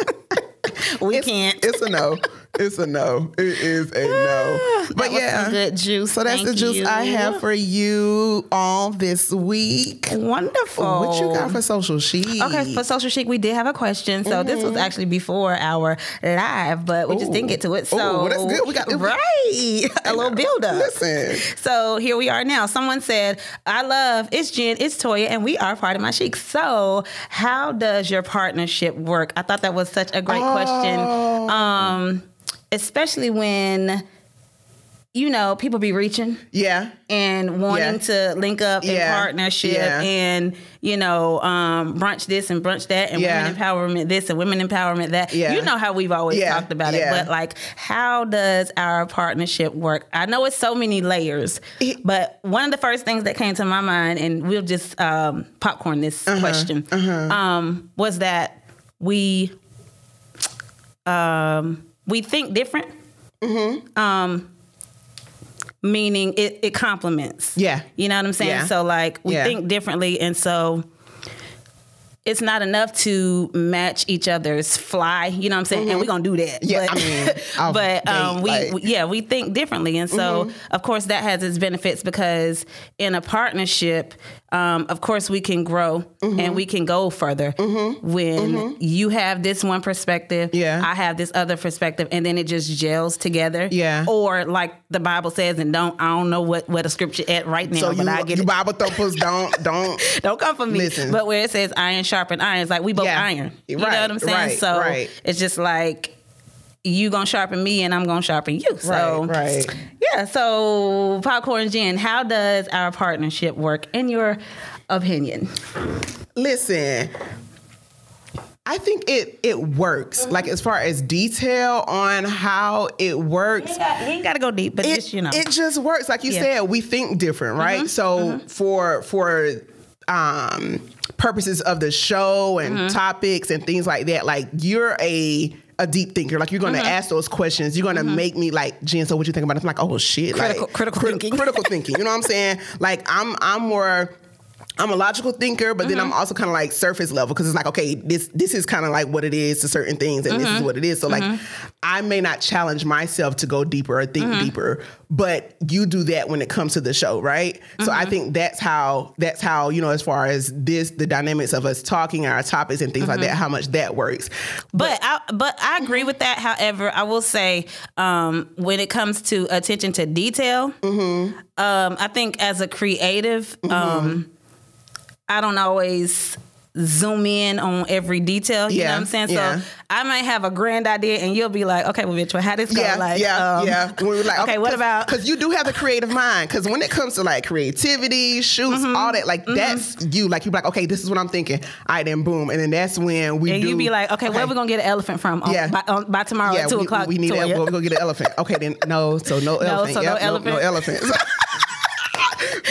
Speaker 2: we can't.
Speaker 1: It's a no. It's a no. It is a no. But
Speaker 2: Ah, That was
Speaker 1: yeah.
Speaker 2: some good juice.
Speaker 1: So that's
Speaker 2: Thank
Speaker 1: the juice I
Speaker 2: you.
Speaker 1: have for you all this week.
Speaker 2: Wonderful.
Speaker 1: What you got for social sheet?
Speaker 2: Oh. Okay, for social chic, we did have a question. So this was actually before our live, but we just didn't get to it.
Speaker 1: Mm-hmm. Ooh,
Speaker 2: So
Speaker 1: well, that's good. We got-
Speaker 2: right a little build up.
Speaker 1: Listen.
Speaker 2: So here we are now. Someone said, "I love it's Jen, it's Toya, and we are part of my chic." So how does your partnership work? I thought that was such a great question,
Speaker 1: Oh.
Speaker 2: um, especially when you know people be reaching
Speaker 1: Yeah.
Speaker 2: and wanting to link up in
Speaker 1: Yeah.
Speaker 2: partnership
Speaker 1: Yeah.
Speaker 2: and you know um, brunch this and brunch that and
Speaker 1: Yeah.
Speaker 2: women empowerment this and women empowerment that
Speaker 1: Yeah.
Speaker 2: you know how we've always
Speaker 1: Yeah.
Speaker 2: talked about
Speaker 1: Yeah.
Speaker 2: it but like how does our partnership work i know it's so many layers but one of the first things that came to my mind and we'll just um, popcorn this
Speaker 1: Uh-huh.
Speaker 2: question um, was that we um, we think different
Speaker 1: Mm-hmm.
Speaker 2: um, meaning it, it complements
Speaker 1: Yeah.
Speaker 2: you know what I'm saying?
Speaker 1: Yeah.
Speaker 2: So like we
Speaker 1: Yeah.
Speaker 2: think differently and so it's not enough to match each other's fly, you know what I'm saying? And we're gonna do that.
Speaker 1: Mm-hmm. Yeah, I mean, I'll
Speaker 2: but um,
Speaker 1: date,
Speaker 2: we,
Speaker 1: like- Mm-hmm.
Speaker 2: we- yeah, we think differently. And so of course that has its benefits because in a partnership, um, of course we can grow
Speaker 1: Mm-hmm.
Speaker 2: and we can go further when you have this one perspective,
Speaker 1: Yeah.
Speaker 2: I have this other perspective, and then it just gels together.
Speaker 1: Yeah.
Speaker 2: Or like the Bible says, and don't I don't know what, what the scripture at right now,
Speaker 1: So
Speaker 2: but
Speaker 1: you,
Speaker 2: I get
Speaker 1: you
Speaker 2: it.
Speaker 1: Bible thumpers don't don't
Speaker 2: Don't come for me.
Speaker 1: Listen.
Speaker 2: But where it says iron sharpen iron, it's like we both
Speaker 1: Yeah.
Speaker 2: iron. You know
Speaker 1: Right,
Speaker 2: what I'm saying?
Speaker 1: right,
Speaker 2: so
Speaker 1: right.
Speaker 2: it's just like you gonna sharpen me and I'm gonna sharpen you. So
Speaker 1: Right, right.
Speaker 2: yeah. So popcorn gin, how does our partnership work in your opinion?
Speaker 1: listen i think it it works like as far as detail on how it works
Speaker 2: You ain't gotta go deep, but
Speaker 1: it,
Speaker 2: just you know.
Speaker 1: it just works like you
Speaker 2: Yeah. Mm-hmm.
Speaker 1: said we think different right so for for um purposes of the show and
Speaker 2: Mm-hmm.
Speaker 1: topics and things like that like you're a a deep thinker, like you're gonna
Speaker 2: Mm-hmm.
Speaker 1: ask those questions. You're gonna make me like, Jen. So what you think about? It? I'm like, oh shit,
Speaker 2: Critical-
Speaker 1: like,
Speaker 2: critical
Speaker 1: crit-
Speaker 2: thinking.
Speaker 1: critical thinking. You know what I'm saying? Like, I'm I'm more I'm a logical thinker, but then I'm also kind of like surface level because it's like, okay, this this is kind of like what it is to certain things, and this is what it is. So like, I may not challenge myself to go deeper or think deeper, but you do that when it comes to the show, right? So I think that's how that's how you know as far as this the dynamics of us talking our topics and things like that, how much that works.
Speaker 2: But I but I agree with that. However, I will say um, when it comes to attention to detail,
Speaker 1: Mm-hmm.
Speaker 2: um, I think as a creative, um, I don't always zoom in on every detail. You know
Speaker 1: Yeah,
Speaker 2: what I'm saying? So
Speaker 1: yeah.
Speaker 2: I might have a grand idea, and you'll be like, "Okay, well, bitch, well, how this go?"
Speaker 1: Yeah,
Speaker 2: like,
Speaker 1: yeah,
Speaker 2: um,
Speaker 1: yeah. We were like,
Speaker 2: okay, what about-
Speaker 1: Because you do have the creative mind. Because when it comes to like creativity, shoots,
Speaker 2: Mm-hmm.
Speaker 1: all that, like that's you. Like you're like, okay, this is what I'm thinking. I then boom, and then that's when we.
Speaker 2: And
Speaker 1: do,
Speaker 2: you be like, "Okay, where we gonna get an elephant from? On,
Speaker 1: Yeah.
Speaker 2: by, on, by tomorrow
Speaker 1: yeah,
Speaker 2: at two
Speaker 1: we,
Speaker 2: o'clock."
Speaker 1: We need
Speaker 2: Toya.
Speaker 1: an, we'll go get an elephant. Okay, then no, so no, elephant.
Speaker 2: so no
Speaker 1: Yep, nope,
Speaker 2: elephant.
Speaker 1: no elephant.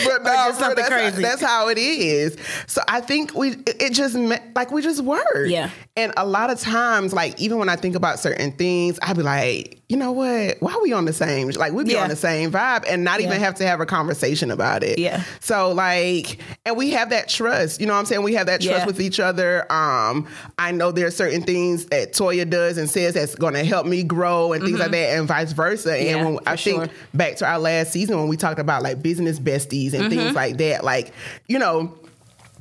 Speaker 1: but no,
Speaker 2: just something
Speaker 1: that's,
Speaker 2: crazy.
Speaker 1: That's how it is. So I think we it it just me- like we just work.
Speaker 2: Yeah.
Speaker 1: And a lot of times, like even when I think about certain things, I'd be like, you know what? Why are we on the same? Like we'd be
Speaker 2: Yeah.
Speaker 1: on the same vibe, and not
Speaker 2: Yeah.
Speaker 1: even have to have a conversation about it.
Speaker 2: Yeah.
Speaker 1: So like, and we have that trust. You know what I'm saying? We have that trust
Speaker 2: Yeah.
Speaker 1: with each other. Um, I know there are certain things that Toya does and says that's going to help me grow and things like that, and vice versa.
Speaker 2: Mm-hmm. Yeah,
Speaker 1: and when, I
Speaker 2: for
Speaker 1: think
Speaker 2: sure.
Speaker 1: back to our last season when we talked about like business besties and
Speaker 2: Mm-hmm.
Speaker 1: things like that, like you know.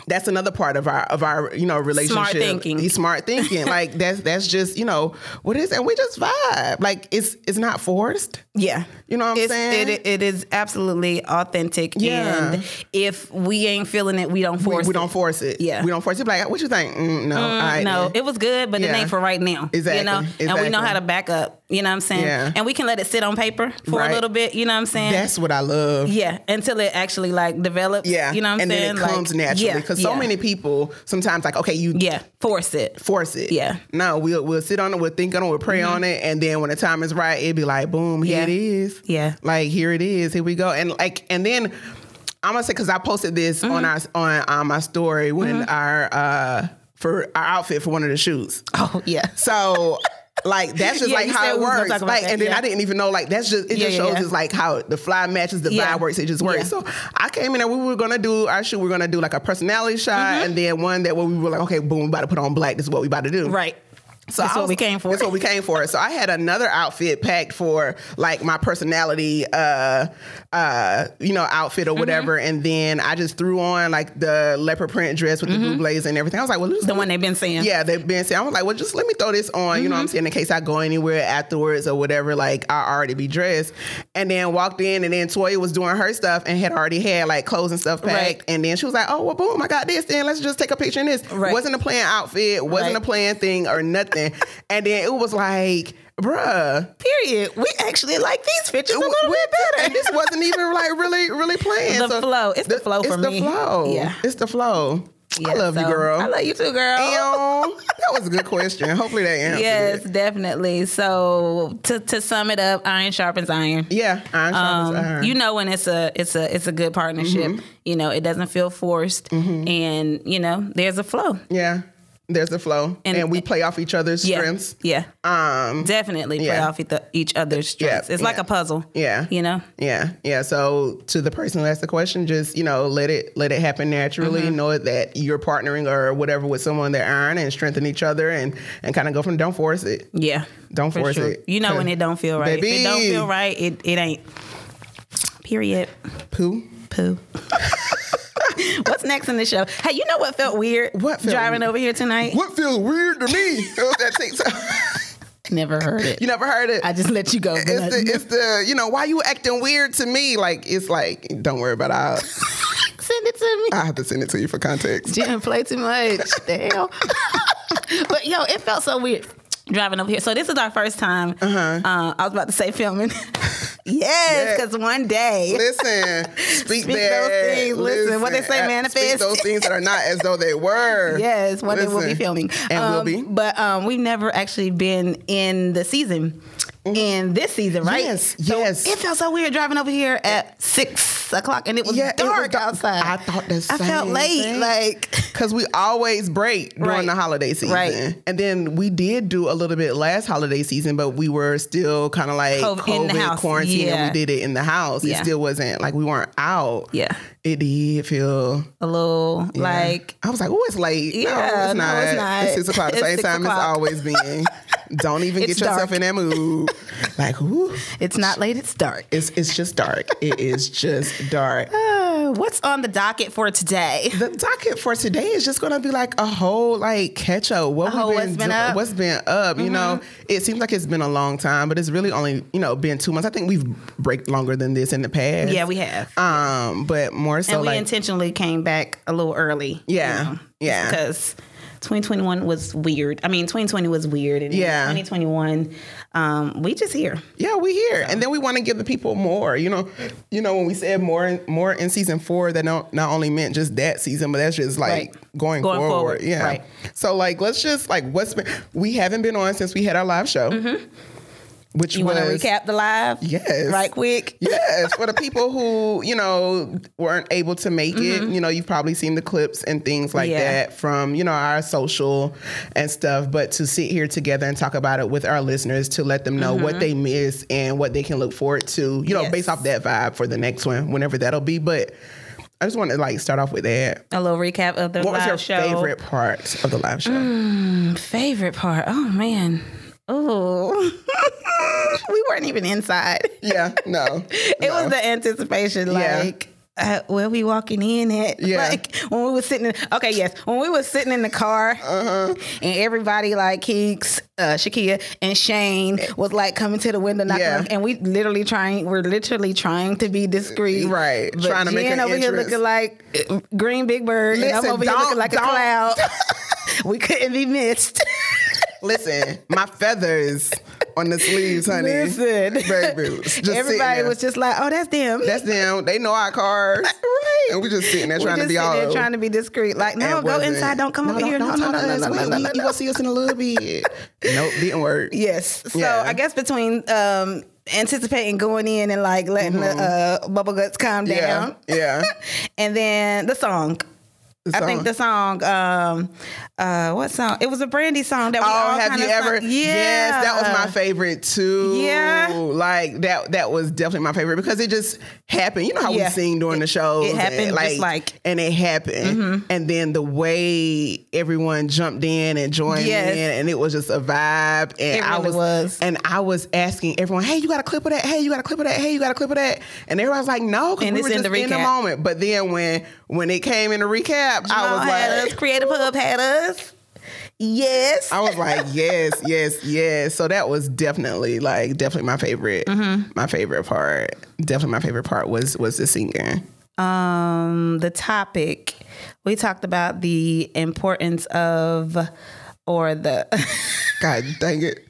Speaker 1: That's another part of our of our you know relationship.
Speaker 2: thinking.
Speaker 1: These Smart thinking, like that's that's just you know what is, and we just vibe. Like it's it's not forced.
Speaker 2: Yeah.
Speaker 1: You know what I'm
Speaker 2: It's-
Speaker 1: saying?
Speaker 2: It, it is absolutely authentic.
Speaker 1: Yeah.
Speaker 2: And if we ain't feeling it, we don't
Speaker 1: We,
Speaker 2: force
Speaker 1: we don't
Speaker 2: it.
Speaker 1: force it.
Speaker 2: Yeah.
Speaker 1: we don't force it. Like what you think? Mm, no, I
Speaker 2: no, it was good, but it
Speaker 1: Yeah.
Speaker 2: ain't for right now. You
Speaker 1: Exactly,
Speaker 2: know, and we know
Speaker 1: exactly.
Speaker 2: how to back up. You know what I'm saying?
Speaker 1: Yeah.
Speaker 2: And we can let it sit on paper for
Speaker 1: Right.
Speaker 2: a little bit. You know what I'm saying?
Speaker 1: That's what I love.
Speaker 2: yeah, until it actually like develops.
Speaker 1: Yeah.
Speaker 2: you know what I'm
Speaker 1: and
Speaker 2: saying?
Speaker 1: then it comes
Speaker 2: like,
Speaker 1: naturally.
Speaker 2: yeah,
Speaker 1: Because so
Speaker 2: yeah,
Speaker 1: many people sometimes like, okay, you
Speaker 2: yeah force it.
Speaker 1: force it.
Speaker 2: Yeah. Mm-hmm.
Speaker 1: No, we'll we'll sit on it, we'll think on it, we'll pray on it, and then when the time is right, it'd be like, boom, here
Speaker 2: Yeah.
Speaker 1: it is.
Speaker 2: Yeah.
Speaker 1: Like here it is. Here we go. And like and then I'm gonna say because I posted this on
Speaker 2: Mm-hmm.
Speaker 1: our on uh, my story when our uh for our outfit for one of the shoots.
Speaker 2: Oh yeah.
Speaker 1: So like that's just
Speaker 2: Yeah,
Speaker 1: like
Speaker 2: you said
Speaker 1: how
Speaker 2: we
Speaker 1: it
Speaker 2: was gonna
Speaker 1: works.
Speaker 2: talk about
Speaker 1: Like
Speaker 2: that,
Speaker 1: and then
Speaker 2: yeah.
Speaker 1: I didn't even know like that's just it
Speaker 2: Yeah,
Speaker 1: just
Speaker 2: yeah,
Speaker 1: shows
Speaker 2: yeah.
Speaker 1: just like how the fly matches the
Speaker 2: Yeah.
Speaker 1: vibe works. It just works.
Speaker 2: Yeah.
Speaker 1: So I came in and we were gonna do our shoot. We are gonna do like a personality shot
Speaker 2: Mm-hmm.
Speaker 1: and then one that where we were like, okay, boom, we about to put on black. This is what we about to do.
Speaker 2: Right.
Speaker 1: So
Speaker 2: That's
Speaker 1: I
Speaker 2: what we came for.
Speaker 1: That's what we came for. So I had another outfit packed for like my personality, uh, uh, you know, outfit
Speaker 2: Mm-hmm.
Speaker 1: or whatever. And then I just threw on like the leopard print dress with the blue blazer and everything. I was like, well, this
Speaker 2: Mm-hmm. The one they've been saying.
Speaker 1: yeah, they've been saying. I'm like, well, just let me throw this on. You know
Speaker 2: Mm-hmm.
Speaker 1: what I'm saying? In case I go anywhere afterwards or whatever, like I already be dressed. And then walked in, and then Toya was doing her stuff and had already had like clothes and stuff packed.
Speaker 2: Right.
Speaker 1: And then she was like, oh, well, boom, I got this. Then let's just take a picture in this.
Speaker 2: Right.
Speaker 1: Wasn't a planned outfit, wasn't
Speaker 2: Right.
Speaker 1: a planned thing or nothing. and then it was like, bruh.
Speaker 2: Period. We actually like these pictures a
Speaker 1: w-
Speaker 2: little
Speaker 1: what
Speaker 2: bit
Speaker 1: the-
Speaker 2: better.
Speaker 1: and this wasn't even like really, really planned.
Speaker 2: The flow. It's the flow for me.
Speaker 1: It's the flow.
Speaker 2: Yeah.
Speaker 1: It's the flow. I
Speaker 2: Yeah,
Speaker 1: love you,
Speaker 2: so,
Speaker 1: girl.
Speaker 2: I love you too, girl.
Speaker 1: Damn. that was a good question. Hopefully that answered
Speaker 2: Yes,
Speaker 1: it.
Speaker 2: definitely. So to to sum it up, iron sharpens iron. Um,
Speaker 1: Yeah, iron sharpens iron. Mm-hmm.
Speaker 2: You know when it's a it's a it's a good partnership. You know, it doesn't feel forced and you know, there's a flow.
Speaker 1: yeah, there's a flow,
Speaker 2: And-
Speaker 1: and, we play off each other's
Speaker 2: Yeah.
Speaker 1: strengths.
Speaker 2: Yeah.
Speaker 1: Um,
Speaker 2: Definitely play
Speaker 1: yeah.
Speaker 2: off each oth- each other's strengths. it's like
Speaker 1: yeah.
Speaker 2: a puzzle.
Speaker 1: Yeah.
Speaker 2: You know?
Speaker 1: yeah, yeah. So to the person who asked the question, just you know, let it let it happen naturally.
Speaker 2: Mm-hmm.
Speaker 1: Know that you're partnering or whatever with someone that iron and strengthen each other, and and kind of go from. Don't force it.
Speaker 2: Yeah.
Speaker 1: Don't
Speaker 2: For
Speaker 1: force
Speaker 2: sure.
Speaker 1: it.
Speaker 2: You know when it don't feel right. If it don't
Speaker 1: Baby.
Speaker 2: feel right, it, it ain't. Period.
Speaker 1: Poo.
Speaker 2: Poo. What's next in the show? Hey, you know what felt weird?
Speaker 1: What felt
Speaker 2: driving
Speaker 1: weird?
Speaker 2: over here tonight?
Speaker 1: What feels weird to me? It was that TikTok.
Speaker 2: Never heard it.
Speaker 1: you never heard it.
Speaker 2: I just let you go. but I-
Speaker 1: it's the it's the you know why you acting weird to me like it's like don't worry about it. I'll-
Speaker 2: Send it to me.
Speaker 1: I have to send it to you for context.
Speaker 2: Didn't play too much. Damn. but yo, it felt so weird driving over here. So this is our first time. Uh-huh. I was about to say filming. yes, because one day.
Speaker 1: Listen, speak,
Speaker 2: those
Speaker 1: that.
Speaker 2: things. Listen, what they say,
Speaker 1: uh,
Speaker 2: manifest.
Speaker 1: Speak those things that are not as though they were.
Speaker 2: Yes, one day we'll be
Speaker 1: Listen,
Speaker 2: filming.
Speaker 1: and
Speaker 2: um,
Speaker 1: we'll be.
Speaker 2: But um, we've never actually been in the season. In this season, right?
Speaker 1: Mm-hmm. Yes,
Speaker 2: So
Speaker 1: yes.
Speaker 2: it felt so weird driving over here at six o'clock, and it was
Speaker 1: Yeah, it was
Speaker 2: dark
Speaker 1: dark.
Speaker 2: outside.
Speaker 1: I thought the
Speaker 2: I felt
Speaker 1: same
Speaker 2: late,
Speaker 1: thing.
Speaker 2: like
Speaker 1: Because we always break during
Speaker 2: Right.
Speaker 1: the holiday season.
Speaker 2: Right.
Speaker 1: And then we did do a little bit last holiday season, but we were still kind of like
Speaker 2: Cov- in
Speaker 1: COVID,
Speaker 2: the house.
Speaker 1: quarantine,
Speaker 2: Yeah.
Speaker 1: and we did it in the house.
Speaker 2: Yeah.
Speaker 1: It still wasn't like we weren't out.
Speaker 2: Yeah.
Speaker 1: It did feel
Speaker 2: a little, like
Speaker 1: I was like, oh, it's late.
Speaker 2: Yeah,
Speaker 1: no, it's
Speaker 2: no,
Speaker 1: not.
Speaker 2: it's not.
Speaker 1: It's six o'clock. The
Speaker 2: It's
Speaker 1: same
Speaker 2: six
Speaker 1: time it's
Speaker 2: o'clock.
Speaker 1: always been. Don't even
Speaker 2: It's
Speaker 1: get yourself in
Speaker 2: dark.
Speaker 1: that mood. like, ooh,
Speaker 2: it's not late, it's dark.
Speaker 1: it's it's just dark. It is just dark.
Speaker 2: Uh, what's on the docket for today?
Speaker 1: The docket for today is just gonna be like a whole like catch up. What
Speaker 2: whole
Speaker 1: we've
Speaker 2: what's
Speaker 1: been,
Speaker 2: been
Speaker 1: do-
Speaker 2: up. Mm-hmm.
Speaker 1: what's been up. You know, it seems like it's been a long time, but it's really only you know been two months. I think we've break longer than this in the past.
Speaker 2: Yeah, we have.
Speaker 1: Um, but more so
Speaker 2: and we
Speaker 1: like
Speaker 2: intentionally came back a little early.
Speaker 1: Yeah, yeah.
Speaker 2: Because 2021 was weird. I mean, 2020 was weird. And then
Speaker 1: Yeah.
Speaker 2: 2021, um, we just here.
Speaker 1: Yeah, we here, and then we want to give the people more. You know, you know when we said more, more in season four, that not not only meant just that season, but that's just like
Speaker 2: Right.
Speaker 1: going,
Speaker 2: Going
Speaker 1: forward.
Speaker 2: forward,
Speaker 1: Yeah.
Speaker 2: right.
Speaker 1: So like, let's just like what's been we haven't been on since we had our live show. which
Speaker 2: Mm-hmm. You
Speaker 1: was
Speaker 2: want to recap the live?
Speaker 1: Yes.
Speaker 2: Right quick.
Speaker 1: yes, for the people who you know weren't able to make it, you know, you've probably seen the clips and things like
Speaker 2: Mm-hmm. Yeah.
Speaker 1: that from you know our social and stuff. But to sit here together and talk about it with our listeners to let them know
Speaker 2: Mm-hmm.
Speaker 1: what they miss and what they can look forward to, you know,
Speaker 2: Yes.
Speaker 1: based off that vibe for the next one, whenever that'll be. But I just want to like start off with that.
Speaker 2: A little recap of the
Speaker 1: What was
Speaker 2: live
Speaker 1: your
Speaker 2: show. Mm.
Speaker 1: favorite part of the live show?
Speaker 2: Favorite part? Oh man. Oh, we weren't even inside.
Speaker 1: Yeah, no,
Speaker 2: It was the anticipation,
Speaker 1: Yeah.
Speaker 2: like. Uh, where we walking in at?
Speaker 1: Yeah.
Speaker 2: Like when we were sitting. In, okay, yes, when we were sitting in the car,
Speaker 1: Uh-huh.
Speaker 2: and everybody like Keeks, uh, Shakia, and Shane was like coming to the window, knocking,
Speaker 1: Eh. Yeah. Eh,
Speaker 2: on- and we literally trying. We're literally trying to be discreet,
Speaker 1: Right,
Speaker 2: But
Speaker 1: trying to make
Speaker 2: Jen
Speaker 1: an
Speaker 2: over here
Speaker 1: entrance.
Speaker 2: looking like uh, Green Big Bird, and
Speaker 1: Listen,
Speaker 2: I'm over here
Speaker 1: don't-
Speaker 2: looking like a
Speaker 1: don't-
Speaker 2: cloud. we couldn't be missed.
Speaker 1: Listen, my feathers on the sleeves, honey.
Speaker 2: Listen.
Speaker 1: Very rude. Just sitting
Speaker 2: Everybody
Speaker 1: there.
Speaker 2: was just like, "Oh, that's them."
Speaker 1: That's them. They know our cars.
Speaker 2: right.
Speaker 1: And we just sitting there
Speaker 2: We're
Speaker 1: trying to
Speaker 2: just
Speaker 1: be
Speaker 2: sitting
Speaker 1: all.
Speaker 2: there trying to be discreet. Like, no,
Speaker 1: And
Speaker 2: go
Speaker 1: wasn't.
Speaker 2: inside. Don't come
Speaker 1: No,
Speaker 2: over here. No,
Speaker 1: don't
Speaker 2: no,
Speaker 1: talk
Speaker 2: no,
Speaker 1: to
Speaker 2: no,
Speaker 1: us.
Speaker 2: no,
Speaker 1: We-
Speaker 2: no, no,
Speaker 1: we-
Speaker 2: no,
Speaker 1: You
Speaker 2: no.
Speaker 1: gonna see us in a little bit. nope, didn't work.
Speaker 2: Yes. So
Speaker 1: Yeah.
Speaker 2: I guess between um, anticipating going in and like letting the uh, bubble guts calm
Speaker 1: Mm-hmm. Yeah,
Speaker 2: down,
Speaker 1: yeah.
Speaker 2: and then the song.
Speaker 1: The
Speaker 2: I think
Speaker 1: song.
Speaker 2: the song, um, uh, what song? It was a Brandy song that we all
Speaker 1: Oh, have
Speaker 2: kinda
Speaker 1: you ever?
Speaker 2: sung-
Speaker 1: Yes, that was my favorite too.
Speaker 2: Yeah.
Speaker 1: like that. That was definitely my favorite because it just happened. You know how
Speaker 2: Yeah.
Speaker 1: we sing during the show.
Speaker 2: happened just like- Mm-hmm.
Speaker 1: and it happened, and then the way everyone jumped in and joined
Speaker 2: Yes.
Speaker 1: in, and it was just a vibe. And
Speaker 2: It
Speaker 1: I
Speaker 2: really
Speaker 1: was,
Speaker 2: was.
Speaker 1: and I was asking everyone, "Hey, you got a clip of that? Hey, you got a clip of that? Hey, you got a clip of that?" And everyone's like, "No," 'cause
Speaker 2: And
Speaker 1: we
Speaker 2: it's
Speaker 1: were
Speaker 2: in
Speaker 1: just
Speaker 2: the
Speaker 1: in the
Speaker 2: recap.
Speaker 1: moment. But then when when it came in the recap, I was
Speaker 2: had
Speaker 1: like,
Speaker 2: us. Creative Hub had us. Yes.
Speaker 1: I was like, yes, yes, yes. So that was definitely like definitely my favorite.
Speaker 2: Mm-hmm.
Speaker 1: My favorite part. Definitely my favorite part was was the singing.
Speaker 2: um the topic we talked about the importance of or the
Speaker 1: God dang it.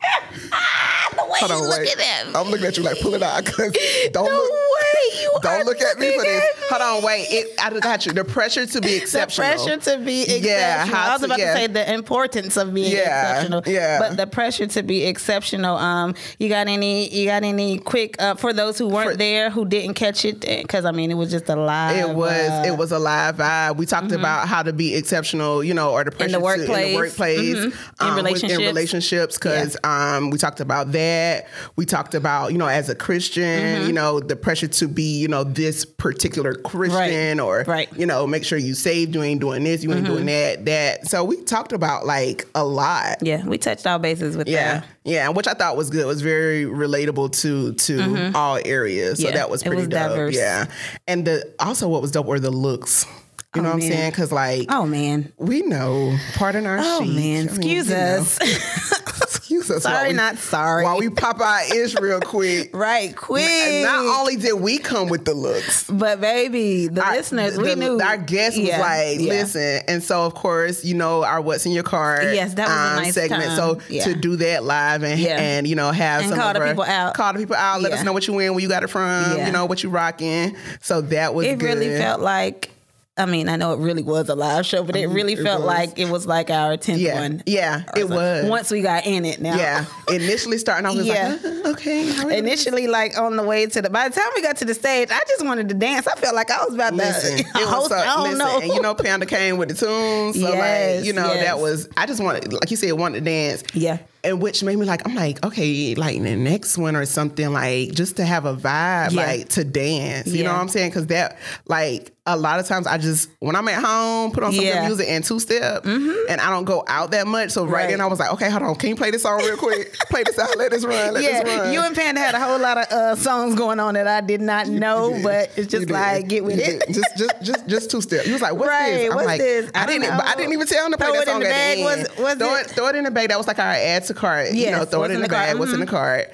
Speaker 2: the way
Speaker 1: Hold on, wait. I'm looking at you like pull it out. 'cause Don't look,
Speaker 2: way you
Speaker 1: don't
Speaker 2: are
Speaker 1: look at me for
Speaker 2: looking
Speaker 1: this.
Speaker 2: at me.
Speaker 1: Hold on, wait. It, I got you. The pressure to be
Speaker 2: the
Speaker 1: exceptional.
Speaker 2: pressure to be exceptional.
Speaker 1: Yeah, how
Speaker 2: I was
Speaker 1: to-
Speaker 2: about to,
Speaker 1: yeah.
Speaker 2: say the importance of being
Speaker 1: Yeah,
Speaker 2: exceptional.
Speaker 1: yeah.
Speaker 2: But the pressure to be exceptional. Um, you got any? You got any quick uh, for those who weren't
Speaker 1: For-
Speaker 2: there who didn't catch it? Because I mean, it was just a live.
Speaker 1: It was
Speaker 2: uh,
Speaker 1: it was a live vibe. We talked about how to be exceptional, you know, or the pressure to- in
Speaker 2: workplace.
Speaker 1: the workplace,
Speaker 2: Mhm. In
Speaker 1: um, with-
Speaker 2: relationships.
Speaker 1: in relationships, because um, we talked about that. We talked about you know, as a Christian,
Speaker 2: Mm-hmm.
Speaker 1: you know, the pressure to be you know this particular Christian, or
Speaker 2: Right. Mm-hmm.
Speaker 1: you know, make sure you saved. You ain't doing this. You ain't doing that. That. So we talked about like a lot.
Speaker 2: yeah, we touched all bases with
Speaker 1: Yeah,
Speaker 2: that.
Speaker 1: yeah, which I thought was good. It was very relatable to to all areas. So
Speaker 2: Mm-hmm. Yeah,
Speaker 1: that was
Speaker 2: it
Speaker 1: pretty
Speaker 2: was
Speaker 1: dope.
Speaker 2: diverse.
Speaker 1: Yeah, and the also what was dope were the looks. You know
Speaker 2: Oh,
Speaker 1: what I'm
Speaker 2: man.
Speaker 1: saying? Because like
Speaker 2: Oh man.
Speaker 1: we know, pardon our
Speaker 2: Oh
Speaker 1: sheik. I
Speaker 2: man.
Speaker 1: mean,
Speaker 2: Excuse
Speaker 1: you know.
Speaker 2: us.
Speaker 1: excuse us. while
Speaker 2: Sorry,
Speaker 1: we-
Speaker 2: not sorry.
Speaker 1: While we pop our ish real quick.
Speaker 2: Right, quick.
Speaker 1: And not only did we come with the looks,
Speaker 2: but baby, the
Speaker 1: our-
Speaker 2: listeners, we
Speaker 1: the-
Speaker 2: knew.
Speaker 1: Our guest was
Speaker 2: Yeah,
Speaker 1: like,
Speaker 2: yeah.
Speaker 1: listen. And so, of course, you know, our What's in Your Car
Speaker 2: Yes, that was a nice
Speaker 1: segment.
Speaker 2: time.
Speaker 1: So,
Speaker 2: Yeah.
Speaker 1: to do that live and,
Speaker 2: Yeah.
Speaker 1: and you know, have
Speaker 2: And
Speaker 1: some
Speaker 2: call
Speaker 1: of
Speaker 2: the
Speaker 1: our-
Speaker 2: people out.
Speaker 1: Call the people out. Let
Speaker 2: Yeah.
Speaker 1: us know what you win, where you got it from,
Speaker 2: Yeah.
Speaker 1: you know, what you rocking. So, that was
Speaker 2: It
Speaker 1: good.
Speaker 2: really felt like. I mean, I know it really was a live show, but it really
Speaker 1: it
Speaker 2: felt
Speaker 1: was.
Speaker 2: like it was like our tenth
Speaker 1: Yeah.
Speaker 2: one.
Speaker 1: Yeah,
Speaker 2: or
Speaker 1: it
Speaker 2: so-
Speaker 1: was.
Speaker 2: Once we got in it, now.
Speaker 1: yeah. Initially starting, I was
Speaker 2: Yeah.
Speaker 1: like, "Uh, okay. how are you
Speaker 2: Initially, like on the way to the, by the time we got to the stage, I just wanted to dance. I felt like I was about
Speaker 1: Listen,
Speaker 2: to
Speaker 1: it was
Speaker 2: host.
Speaker 1: so,
Speaker 2: I don't
Speaker 1: listen,
Speaker 2: know.
Speaker 1: and you know, Pounder came with the tunes, so
Speaker 2: Yes,
Speaker 1: like you know,
Speaker 2: yes.
Speaker 1: that was. I just wanted, like you said, wanted to dance,
Speaker 2: Yeah.
Speaker 1: and which made me like, I'm like, okay, like in the next one or something, like just to have a vibe,
Speaker 2: Yeah.
Speaker 1: like to dance, you know
Speaker 2: Yeah.
Speaker 1: what I'm saying? Because that, like, a lot of times I just when I'm at home, put on some
Speaker 2: Yeah. Mm-hmm.
Speaker 1: good music and two step, and I don't go out that much. So right,
Speaker 2: Right.
Speaker 1: then I was like, okay, hold on, can you play this song real quick? play this out, let this run, let this
Speaker 2: yeah,
Speaker 1: run.
Speaker 2: you and Panda had a whole lot of uh, songs going on that I did not know, but it's
Speaker 1: You
Speaker 2: just
Speaker 1: did.
Speaker 2: like get with
Speaker 1: You
Speaker 2: it.
Speaker 1: did. Just, just, just, just two steps. He was like, "What's
Speaker 2: Right,
Speaker 1: this?"
Speaker 2: what's
Speaker 1: like,
Speaker 2: this?
Speaker 1: "I,
Speaker 2: I don't
Speaker 1: didn't." But I
Speaker 2: know.
Speaker 1: didn't even tell him to play
Speaker 2: Throw
Speaker 1: that
Speaker 2: it in
Speaker 1: song
Speaker 2: the
Speaker 1: at
Speaker 2: bag.
Speaker 1: the
Speaker 2: Was-
Speaker 1: end.
Speaker 2: was
Speaker 1: throw
Speaker 2: it-
Speaker 1: it, throw it in the bag. That was like our add to cart. you
Speaker 2: Yes,
Speaker 1: know, throw it
Speaker 2: what's
Speaker 1: in, the, bag. What's in
Speaker 2: Mm-hmm.
Speaker 1: the cart?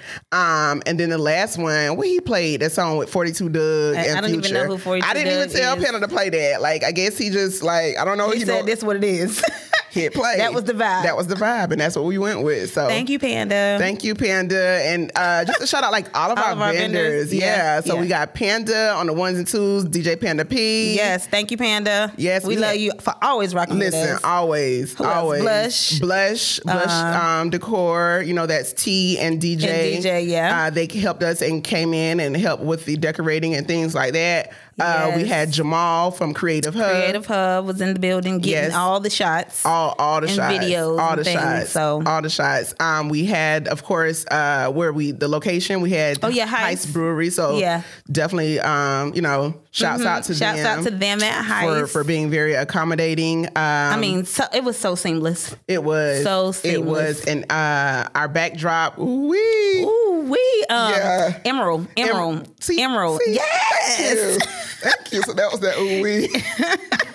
Speaker 1: Um, and then the last one, where he played that song with Forty Two Doug
Speaker 2: I-
Speaker 1: and
Speaker 2: I don't even
Speaker 1: Future.
Speaker 2: know who 42
Speaker 1: I didn't even
Speaker 2: Doug
Speaker 1: tell
Speaker 2: is.
Speaker 1: Penna to play that. Like, I guess he just like I don't know.
Speaker 2: He
Speaker 1: Oh, you
Speaker 2: said
Speaker 1: know,
Speaker 2: this what it is.
Speaker 1: hit play.
Speaker 2: That was the vibe.
Speaker 1: That was the vibe, and that's what we went with. So
Speaker 2: Thank you, Panda.
Speaker 1: Thank you, Panda. And uh, just to shout out like all of,
Speaker 2: All
Speaker 1: our,
Speaker 2: of our
Speaker 1: vendors.
Speaker 2: vendors.
Speaker 1: Yeah.
Speaker 2: Yeah,
Speaker 1: So we
Speaker 2: yeah.
Speaker 1: got Panda on the ones and twos, DJ Panda P.
Speaker 2: Yes, thank you, Panda.
Speaker 1: Yes,
Speaker 2: we
Speaker 1: we
Speaker 2: love
Speaker 1: had-
Speaker 2: you for always rocking with
Speaker 1: Listen,
Speaker 2: us.
Speaker 1: always,
Speaker 2: else?
Speaker 1: always
Speaker 2: Blush. Uh-huh.
Speaker 1: blush, blush. um, decor, you know that's T and DJ.
Speaker 2: And DJ, yeah.
Speaker 1: Uh, they helped us and came in and helped with the decorating and things like that. Uh, we
Speaker 2: Yes.
Speaker 1: had Jamal from Creative Hub.
Speaker 2: Creative Hub was in the building getting
Speaker 1: Yes.
Speaker 2: all the shots.
Speaker 1: all all the
Speaker 2: and
Speaker 1: shots,
Speaker 2: videos
Speaker 1: all
Speaker 2: and
Speaker 1: the
Speaker 2: things,
Speaker 1: shots,
Speaker 2: so.
Speaker 1: all the shots. Um, we had, of course, uh, where we the location we had.
Speaker 2: Oh, yeah, Heist.
Speaker 1: Brewery. So
Speaker 2: Yeah. Mm-hmm.
Speaker 1: definitely, um, you know, shouts out to
Speaker 2: Shouts
Speaker 1: them
Speaker 2: out to them at
Speaker 1: for
Speaker 2: Heist.
Speaker 1: for being very accommodating. Um,
Speaker 2: I mean, so, it was so seamless.
Speaker 1: it was
Speaker 2: so
Speaker 1: it was,
Speaker 2: seamless.
Speaker 1: and uh, our backdrop. Wee.
Speaker 2: Ooh, we um,
Speaker 1: Yeah.
Speaker 2: emerald, emerald,
Speaker 1: See-
Speaker 2: emerald,
Speaker 1: see,
Speaker 2: yes,
Speaker 1: Thank you. Thank you. So that was that ooh wee.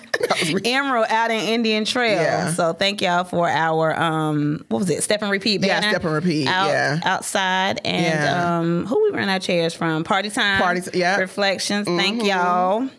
Speaker 2: emerald out in Indian Trail.
Speaker 1: Yeah.
Speaker 2: So thank y'all for our um, what was it? Step and repeat.
Speaker 1: Yeah,
Speaker 2: banner
Speaker 1: Step and Repeat,
Speaker 2: Out,
Speaker 1: yeah.
Speaker 2: outside and
Speaker 1: Yeah.
Speaker 2: um, who we ran our chairs from? Party time.
Speaker 1: Party t- yeah. Mm-hmm.
Speaker 2: Reflections. Thank y'all.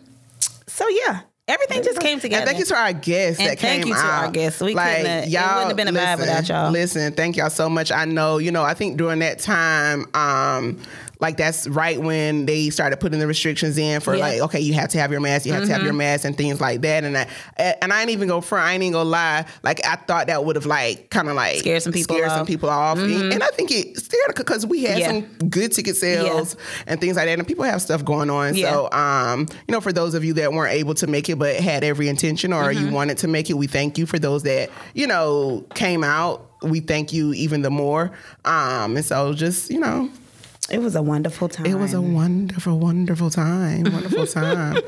Speaker 2: So yeah, everything just came together.
Speaker 1: And thank you to our guests
Speaker 2: And
Speaker 1: that
Speaker 2: thank
Speaker 1: came
Speaker 2: you to
Speaker 1: out.
Speaker 2: our guests. We couldn't have- it wouldn't have been a vibe
Speaker 1: listen,
Speaker 2: without y'all.
Speaker 1: Listen, thank y'all so much. I know, you know, I think during that time, um, like that's right when they started putting the restrictions in for
Speaker 2: Yeah. Mm-hmm.
Speaker 1: like, okay, you have to have your mask, you have to have your mask, and things like that. And I and I ain't even go front, I ain't even gonna lie. Like I thought that would have like kind of like
Speaker 2: Scared some people
Speaker 1: scared some
Speaker 2: off. Mm-hmm.
Speaker 1: people off. And I think it scared because we had
Speaker 2: Yeah.
Speaker 1: some good ticket sales and things like that, and people have stuff going on.
Speaker 2: Yeah.
Speaker 1: So um, you know, for those of you that weren't able to make it but had every intention or
Speaker 2: Mm-hmm.
Speaker 1: you wanted to make it, we thank you. For those that, you know, came out, we thank you even the more. Um, and so just, you know,
Speaker 2: It was a wonderful time.
Speaker 1: it was a wonderful, wonderful time. Wonderful time.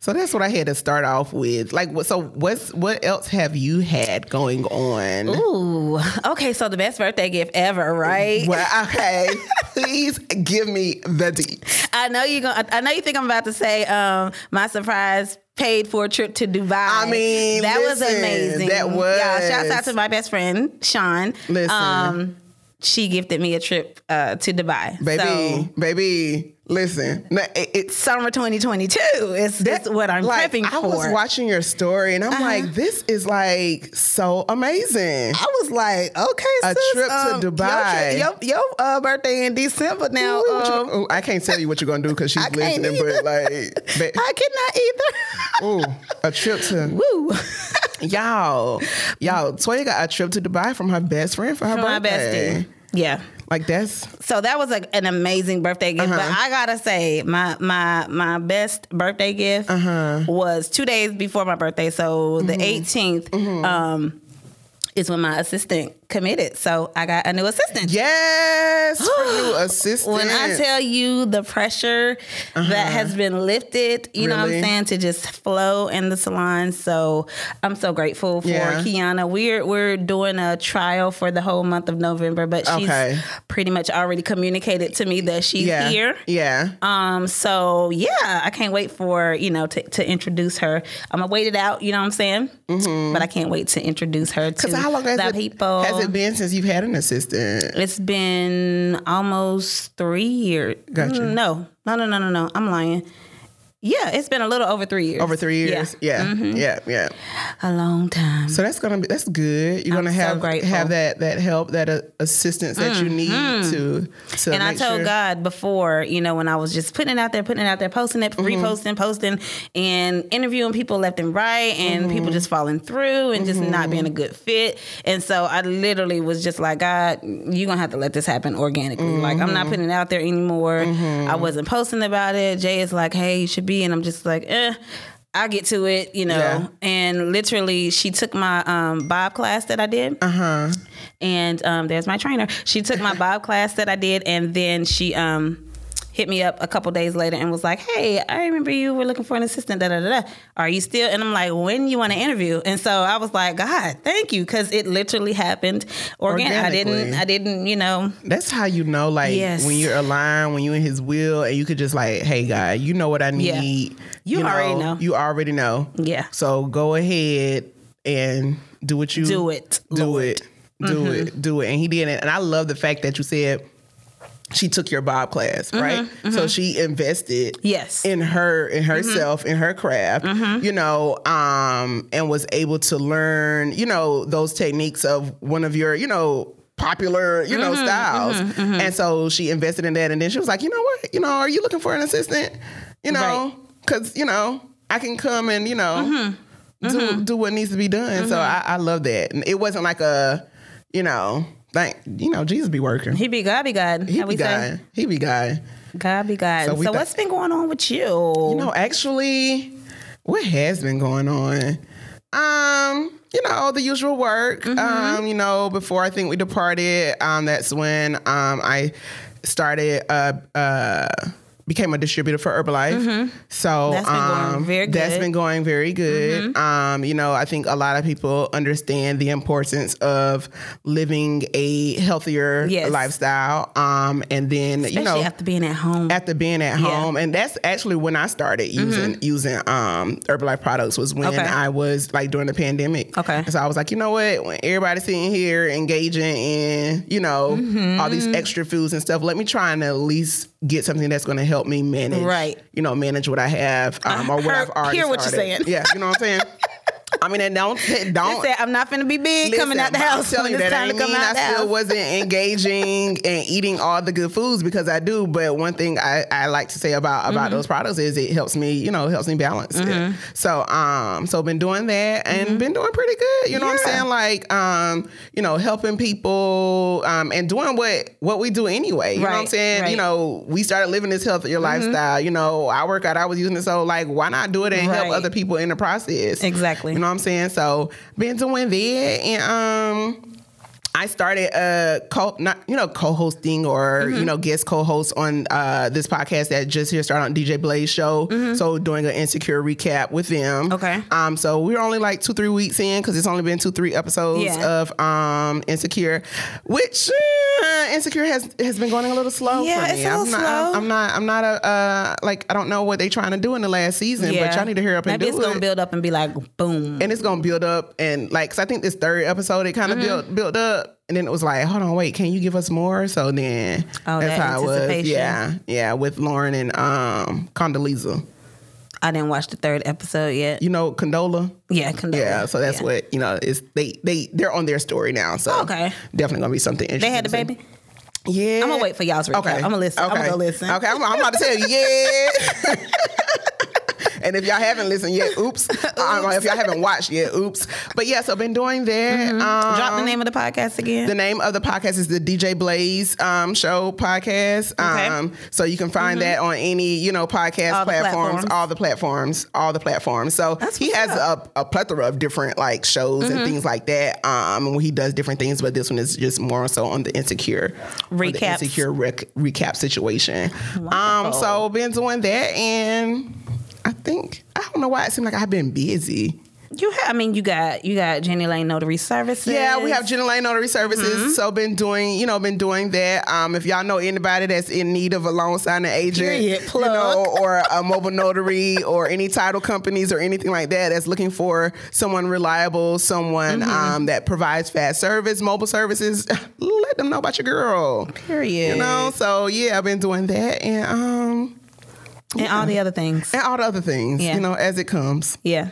Speaker 1: so that's what I had to start off with. Like what so what's what else have you had going on?
Speaker 2: Ooh. Okay, so the best birthday gift ever, right?
Speaker 1: Well, okay. Please give me the D.
Speaker 2: I know you going I know you think I'm about to say um my surprise paid for trip to Dubai.
Speaker 1: I mean,
Speaker 2: that was
Speaker 1: listen,
Speaker 2: amazing.
Speaker 1: that was.
Speaker 2: Y'all, shouts out to my best friend Sean. Um,
Speaker 1: Listen.
Speaker 2: she gifted me a trip uh, to Dubai.
Speaker 1: Baby,
Speaker 2: So,
Speaker 1: baby, listen. No, it- it's
Speaker 2: summer 2022 is, is what I'm
Speaker 1: like,
Speaker 2: prepping
Speaker 1: I
Speaker 2: for. Uh-huh.
Speaker 1: was watching your story and I'm like, this is like so amazing.
Speaker 2: I was like, okay,
Speaker 1: A
Speaker 2: sis,
Speaker 1: trip to
Speaker 2: um, your
Speaker 1: Dubai.
Speaker 2: tri- Your, your, uh, birthday in December now.
Speaker 1: Ooh, what you-
Speaker 2: um,
Speaker 1: ooh, I can't tell you what you're gonna do because she's
Speaker 2: I can't
Speaker 1: listening,
Speaker 2: either.
Speaker 1: but like, ba-
Speaker 2: I cannot either.
Speaker 1: ooh, a trip to
Speaker 2: Woo.
Speaker 1: y'all, y'all. Toya got a trip to Dubai from her best friend for her
Speaker 2: my
Speaker 1: birthday.
Speaker 2: bestie. Yeah.
Speaker 1: Like that's
Speaker 2: So that was like an amazing birthday gift. But I gotta say, my my my best birthday gift was two days before my birthday. So the 18th um, is when my assistant committed. So I got a new assistant.
Speaker 1: yes for new assistant.
Speaker 2: When I tell you the pressure that has been lifted, you know what
Speaker 1: Uh-huh. Really?
Speaker 2: I'm saying, to just flow in the salon. So I'm so grateful for
Speaker 1: Yeah.
Speaker 2: Kiana. We're we're doing a trial for the whole month of November, but she's
Speaker 1: Okay.
Speaker 2: pretty much already communicated to me that she's
Speaker 1: yeah,
Speaker 2: here.
Speaker 1: yeah,
Speaker 2: Um, so yeah, I can't wait for you know to, to introduce her. I'm gonna wait it out, you know what I'm saying? But I can't wait to introduce her to
Speaker 1: So Mm-hmm. how long has
Speaker 2: the
Speaker 1: it,
Speaker 2: um, people.
Speaker 1: has it been since you've had an assistant?
Speaker 2: It's been almost three years.
Speaker 1: Gotcha.
Speaker 2: Mm, No, no, no, no, no, no. I'm lying. Yeah, it's been a little over three years.
Speaker 1: Over three
Speaker 2: Yeah. Mm-hmm.
Speaker 1: years, yeah, yeah, yeah.
Speaker 2: A long time.
Speaker 1: So that's gonna be that's good. You're
Speaker 2: I'm
Speaker 1: gonna
Speaker 2: so
Speaker 1: have
Speaker 2: grateful.
Speaker 1: have that that help that uh, assistance that you need to to
Speaker 2: Mm-hmm. and I
Speaker 1: make
Speaker 2: told
Speaker 1: sure.
Speaker 2: God before, you know, when I was just putting it out there, putting it out there, posting it,
Speaker 1: Mm-hmm.
Speaker 2: reposting, posting, and interviewing people left and right, and
Speaker 1: Mm-hmm.
Speaker 2: people just falling through and just not being a good fit. And so I literally was just like, God, you're gonna have to let this happen organically. Like I'm
Speaker 1: Mm-hmm.
Speaker 2: not putting it out there anymore. I wasn't posting about it. Jay is like, Hey, you should be, and I'm just like, eh. I'll get to it, you know.
Speaker 1: Yeah.
Speaker 2: And literally, she took my um, Bob class that I did and um, there's my trainer. She took my Bob class that I did, and then she um, hit me up a couple days later and was like, "Hey, I remember you were looking for an assistant. Da da da. da. Are you still?" And I'm like, "When you want to interview?" And so I was like, "God, thank you," because it literally happened. Organ- I didn't.
Speaker 1: Organically.
Speaker 2: I didn't. You know.
Speaker 1: That's how you know, like
Speaker 2: Yes.
Speaker 1: when you're aligned, when you're in His will, and you could just like, hey, God, you know what I
Speaker 2: Yeah.
Speaker 1: need.
Speaker 2: You already know.
Speaker 1: You already know.
Speaker 2: Yeah.
Speaker 1: So go ahead and do what you
Speaker 2: Do it,
Speaker 1: Mm. Do
Speaker 2: Lord. Mm-hmm.
Speaker 1: it. Do it. Do it. And He did it. And I love the fact that you said. she took your bob class, right?
Speaker 2: Mm-hmm.
Speaker 1: So she invested
Speaker 2: Yes.
Speaker 1: in her in
Speaker 2: Mm-hmm.
Speaker 1: herself in her craft you know um and was able to learn you know those techniques of one of your you know popular you
Speaker 2: Mm-hmm.
Speaker 1: know styles and so she invested in that and then she was like you know what you know are you looking for an assistant you know because you know i can come and you know
Speaker 2: Mm-hmm.
Speaker 1: do do what needs to be done so I, I love that and it wasn't like a you know like you know jesus be working
Speaker 2: he be God, be God.
Speaker 1: he
Speaker 2: how
Speaker 1: be
Speaker 2: we say
Speaker 1: guy he be guy
Speaker 2: God, be God.
Speaker 1: So
Speaker 2: So,
Speaker 1: we th-
Speaker 2: what's been going on with you?
Speaker 1: You know, actually, what has been going on? Um, you know, the usual work.
Speaker 2: Mm-hmm.
Speaker 1: Um, you know, before I think we departed, um, that's when um I started uh uh became a distributor for Herbalife. So
Speaker 2: Mm-hmm. That's been going
Speaker 1: um,
Speaker 2: very
Speaker 1: that's been
Speaker 2: good. Mm-hmm.
Speaker 1: going very good. Um, you know, I think a lot of people understand the importance of living a healthier
Speaker 2: Yes.
Speaker 1: lifestyle. Um, and then you
Speaker 2: Especially
Speaker 1: know
Speaker 2: after being at home.
Speaker 1: after being at
Speaker 2: Mm-hmm. Yeah. Mm-hmm.
Speaker 1: home, and that's actually when I started using using um Herbalife products was when
Speaker 2: Okay.
Speaker 1: I was like during the pandemic.
Speaker 2: Okay.
Speaker 1: and so I was like, you know what? When everybody's sitting here engaging in you know
Speaker 2: Mm-hmm.
Speaker 1: all these extra foods and stuff, let me try and at least get something that's going to help me manage,
Speaker 2: Right.
Speaker 1: You know, manage what I have um, or what
Speaker 2: heard-
Speaker 1: I've already.
Speaker 2: hear what you're
Speaker 1: started.
Speaker 2: saying.
Speaker 1: Yeah, you know what I'm saying. I mean, and don't don't
Speaker 2: Said, I'm not finna be big coming out the
Speaker 1: Listen,
Speaker 2: house.
Speaker 1: I'm telling
Speaker 2: when
Speaker 1: you
Speaker 2: it's
Speaker 1: that
Speaker 2: time
Speaker 1: ain't
Speaker 2: to come
Speaker 1: mean
Speaker 2: out
Speaker 1: I
Speaker 2: the
Speaker 1: still
Speaker 2: house.
Speaker 1: wasn't engaging and eating all the good foods because I do. But one thing I, I like to say about about
Speaker 2: Mm-hmm.
Speaker 1: those products is it helps me, you know, helps me balance. It. So um, so been doing that and been doing pretty good. You know what I'm
Speaker 2: Mm-hmm. Yeah.
Speaker 1: saying? Like um, you know, helping people um and doing what what we do anyway. You know what I'm
Speaker 2: Right,
Speaker 1: saying? You
Speaker 2: right. Mm-hmm.
Speaker 1: know, we started living this healthier lifestyle. You know, I work out. I was using it, so like, why not do it and help
Speaker 2: Right.
Speaker 1: other people in the process?
Speaker 2: Exactly.
Speaker 1: You know what I'm saying? So been doing that and um I started uh co not you know co-hosting or
Speaker 2: Mm-hmm.
Speaker 1: you know guest co-host on uh this podcast that just here started on DJ Blaze show. So doing an insecure recap with them.
Speaker 2: Mm-hmm. Okay.
Speaker 1: Um so we're only like 2 3 weeks in cuz it's only been 2 3 episodes
Speaker 2: Yeah.
Speaker 1: of um insecure which uh, insecure has has been going a little slow
Speaker 2: Yeah,
Speaker 1: for
Speaker 2: it's
Speaker 1: me.
Speaker 2: a little
Speaker 1: I'm not
Speaker 2: slow.
Speaker 1: I'm not I'm not a uh like I don't know what they trying to do in the last season but y'all need to hurry up and
Speaker 2: Maybe
Speaker 1: do
Speaker 2: it's
Speaker 1: it
Speaker 2: gonna build up and be like boom.
Speaker 1: and it's gonna build up and like 'cause I think this third episode it
Speaker 2: Mm-hmm.
Speaker 1: kind of built built up and then it was like hold on wait can you give us more so then
Speaker 2: Oh,
Speaker 1: that's
Speaker 2: that
Speaker 1: how it was
Speaker 2: anticipation.
Speaker 1: yeah yeah with Lauren and um Condoleezza
Speaker 2: I didn't watch the third episode yet.
Speaker 1: you know Condola
Speaker 2: Yeah, condola.
Speaker 1: yeah so that's
Speaker 2: Yeah. Oh,
Speaker 1: what you know is they they they're on their story now so
Speaker 2: Okay.
Speaker 1: definitely gonna be something interesting
Speaker 2: they had the
Speaker 1: to see.
Speaker 2: baby.
Speaker 1: yeah
Speaker 2: I'm gonna wait for y'all's recap.
Speaker 1: okay
Speaker 2: I'm gonna listen. I'm
Speaker 1: Okay.
Speaker 2: gonna go listen.
Speaker 1: okay I'm, I'm about to tell you yeah. And if y'all haven't listened yet, oops. Um, if y'all haven't watched yet, oops. But yeah, so been doing
Speaker 2: Mm-hmm.
Speaker 1: that. Um,
Speaker 2: Drop the name of the podcast again.
Speaker 1: The name of the podcast is the DJ Blaze um, Show podcast.
Speaker 2: Okay. Mm-hmm.
Speaker 1: Um, So you can find that on any you know podcast
Speaker 2: All the
Speaker 1: platforms,
Speaker 2: platforms.
Speaker 1: all the platforms, all the platforms. So
Speaker 2: That's
Speaker 1: he has
Speaker 2: what's Mm-hmm.
Speaker 1: a, a plethora of different like shows and things like that. Um, and he does different things, but this one is just more so on the insecure on the
Speaker 2: Recaps.
Speaker 1: insecure rec- recap situation. Um,
Speaker 2: Wonderful.
Speaker 1: so been doing that, and I think I don't know why it seemed like I've been busy.
Speaker 2: you have, I mean, you got you got Jenny Lane Notary Services.
Speaker 1: Yeah, we have Jenna Lane Notary Services.
Speaker 2: Mm-hmm.
Speaker 1: So been doing, you know, been doing that. Um, if y'all know anybody that's in need of a loan signing agent,
Speaker 2: Period.
Speaker 1: you
Speaker 2: Plug.
Speaker 1: know, or a mobile notary or any title companies or anything like that that's looking for someone reliable, someone
Speaker 2: Mm-hmm.
Speaker 1: um, that provides fast service, mobile services, let them know about your girl.
Speaker 2: period.
Speaker 1: You know, so yeah, I've been doing that and um
Speaker 2: and all the other things.
Speaker 1: and all the other things,
Speaker 2: Yeah.
Speaker 1: you know, as it comes.
Speaker 2: Yeah.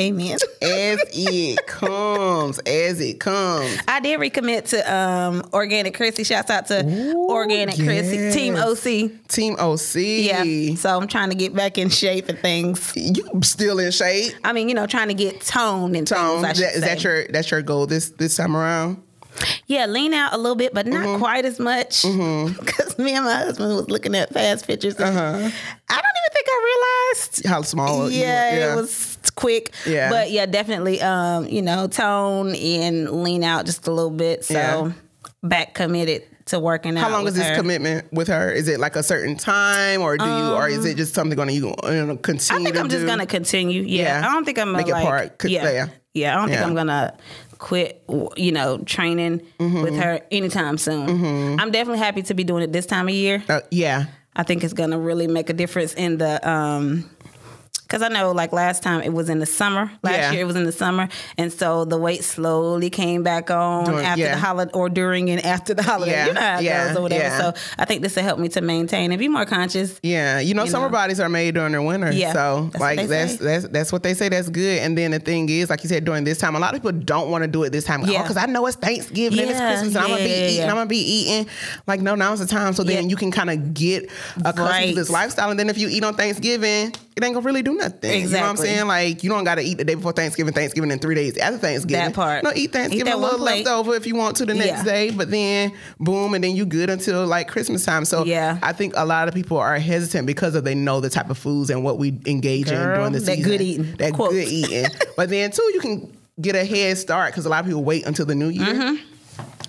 Speaker 2: Amen.
Speaker 1: As it comes, as it comes.
Speaker 2: I did recommit to um, Organic Chrissy. Shouts out to
Speaker 1: Ooh,
Speaker 2: Organic Chrissy
Speaker 1: yes.
Speaker 2: Team OC.
Speaker 1: Team OC.
Speaker 2: Yeah. So I'm trying to get back in shape and things.
Speaker 1: you still in shape.
Speaker 2: I mean, you know, trying to get toned and
Speaker 1: Tone,
Speaker 2: things. I
Speaker 1: that,
Speaker 2: should
Speaker 1: is that
Speaker 2: say.
Speaker 1: your that's your goal this this time around?
Speaker 2: Yeah, lean out a little bit, but not
Speaker 1: Mm-hmm.
Speaker 2: quite as much. Because me and my husband was looking at fast pictures. and I don't even think I realized.
Speaker 1: How small? Uh-huh. you-
Speaker 2: yeah, it was quick.
Speaker 1: Yeah.
Speaker 2: But yeah, definitely, um, you know, tone and lean out just a little bit. So
Speaker 1: Yeah.
Speaker 2: back committed to working out.
Speaker 1: How long
Speaker 2: with
Speaker 1: is this
Speaker 2: her.
Speaker 1: commitment with her? Is it like a certain time, or do you, or is it just something going to you gonna
Speaker 2: Um, I
Speaker 1: continue?
Speaker 2: think
Speaker 1: to
Speaker 2: I'm just
Speaker 1: do?
Speaker 2: gonna continue. Yeah,
Speaker 1: Yeah.
Speaker 2: I don't think I'm
Speaker 1: Make it
Speaker 2: gonna like,
Speaker 1: part. Could-
Speaker 2: yeah.
Speaker 1: yeah.
Speaker 2: yeah, I don't
Speaker 1: Yeah.
Speaker 2: think I'm gonna quit. w- You know, training
Speaker 1: Mm-hmm.
Speaker 2: with her anytime soon. I'm definitely happy to be doing it this time of year.
Speaker 1: Uh, yeah,
Speaker 2: I think it's gonna really make a difference in the um Cause I know, like last time, it was in the summer. Last
Speaker 1: Yeah.
Speaker 2: year, it was in the summer, and so the weight slowly came back on
Speaker 1: During-
Speaker 2: after
Speaker 1: yeah.
Speaker 2: the holiday, or during and after the holiday.
Speaker 1: Yeah,
Speaker 2: You know how it
Speaker 1: yeah,
Speaker 2: goes or whatever.
Speaker 1: yeah.
Speaker 2: So I think this will help me to maintain and be more conscious.
Speaker 1: Yeah, you know, summer
Speaker 2: know.
Speaker 1: bodies are made during the winter.
Speaker 2: Yeah,
Speaker 1: so
Speaker 2: that's what
Speaker 1: like
Speaker 2: they
Speaker 1: that's
Speaker 2: say.
Speaker 1: that's that's what they say. That's good. And then the thing is, like you said, during this time, a lot of people don't want to do it this time.
Speaker 2: Yeah.
Speaker 1: because I know it's Thanksgiving and it's
Speaker 2: Yeah,
Speaker 1: Christmas, and I'm gonna be
Speaker 2: yeah, yeah,
Speaker 1: eating.
Speaker 2: yeah.
Speaker 1: I'm gonna be eating. Like no, now's the time. So then
Speaker 2: Yeah.
Speaker 1: you can kind of get accustomed to
Speaker 2: Right.
Speaker 1: this lifestyle. And then if you eat on Thanksgiving, it ain't gonna really do nothing. You know what I'm
Speaker 2: Exactly.
Speaker 1: saying? Like you don't gotta eat the day before Thanksgiving, Thanksgiving, and three days after Thanksgiving.
Speaker 2: That part.
Speaker 1: No,
Speaker 2: Eat
Speaker 1: eat Thanksgiving
Speaker 2: that
Speaker 1: a little
Speaker 2: one plate.
Speaker 1: leftover if you want to the next
Speaker 2: Yeah.
Speaker 1: day. But then boom, and then you good until like Christmas time. So
Speaker 2: Yeah.
Speaker 1: I think a lot of people are hesitant because of they know the type of foods and what we engage in
Speaker 2: Girl,
Speaker 1: during the
Speaker 2: that
Speaker 1: season.
Speaker 2: good eating.
Speaker 1: That
Speaker 2: Quote.
Speaker 1: good eating. but then too, you can get a head start because a lot of people wait until the new year.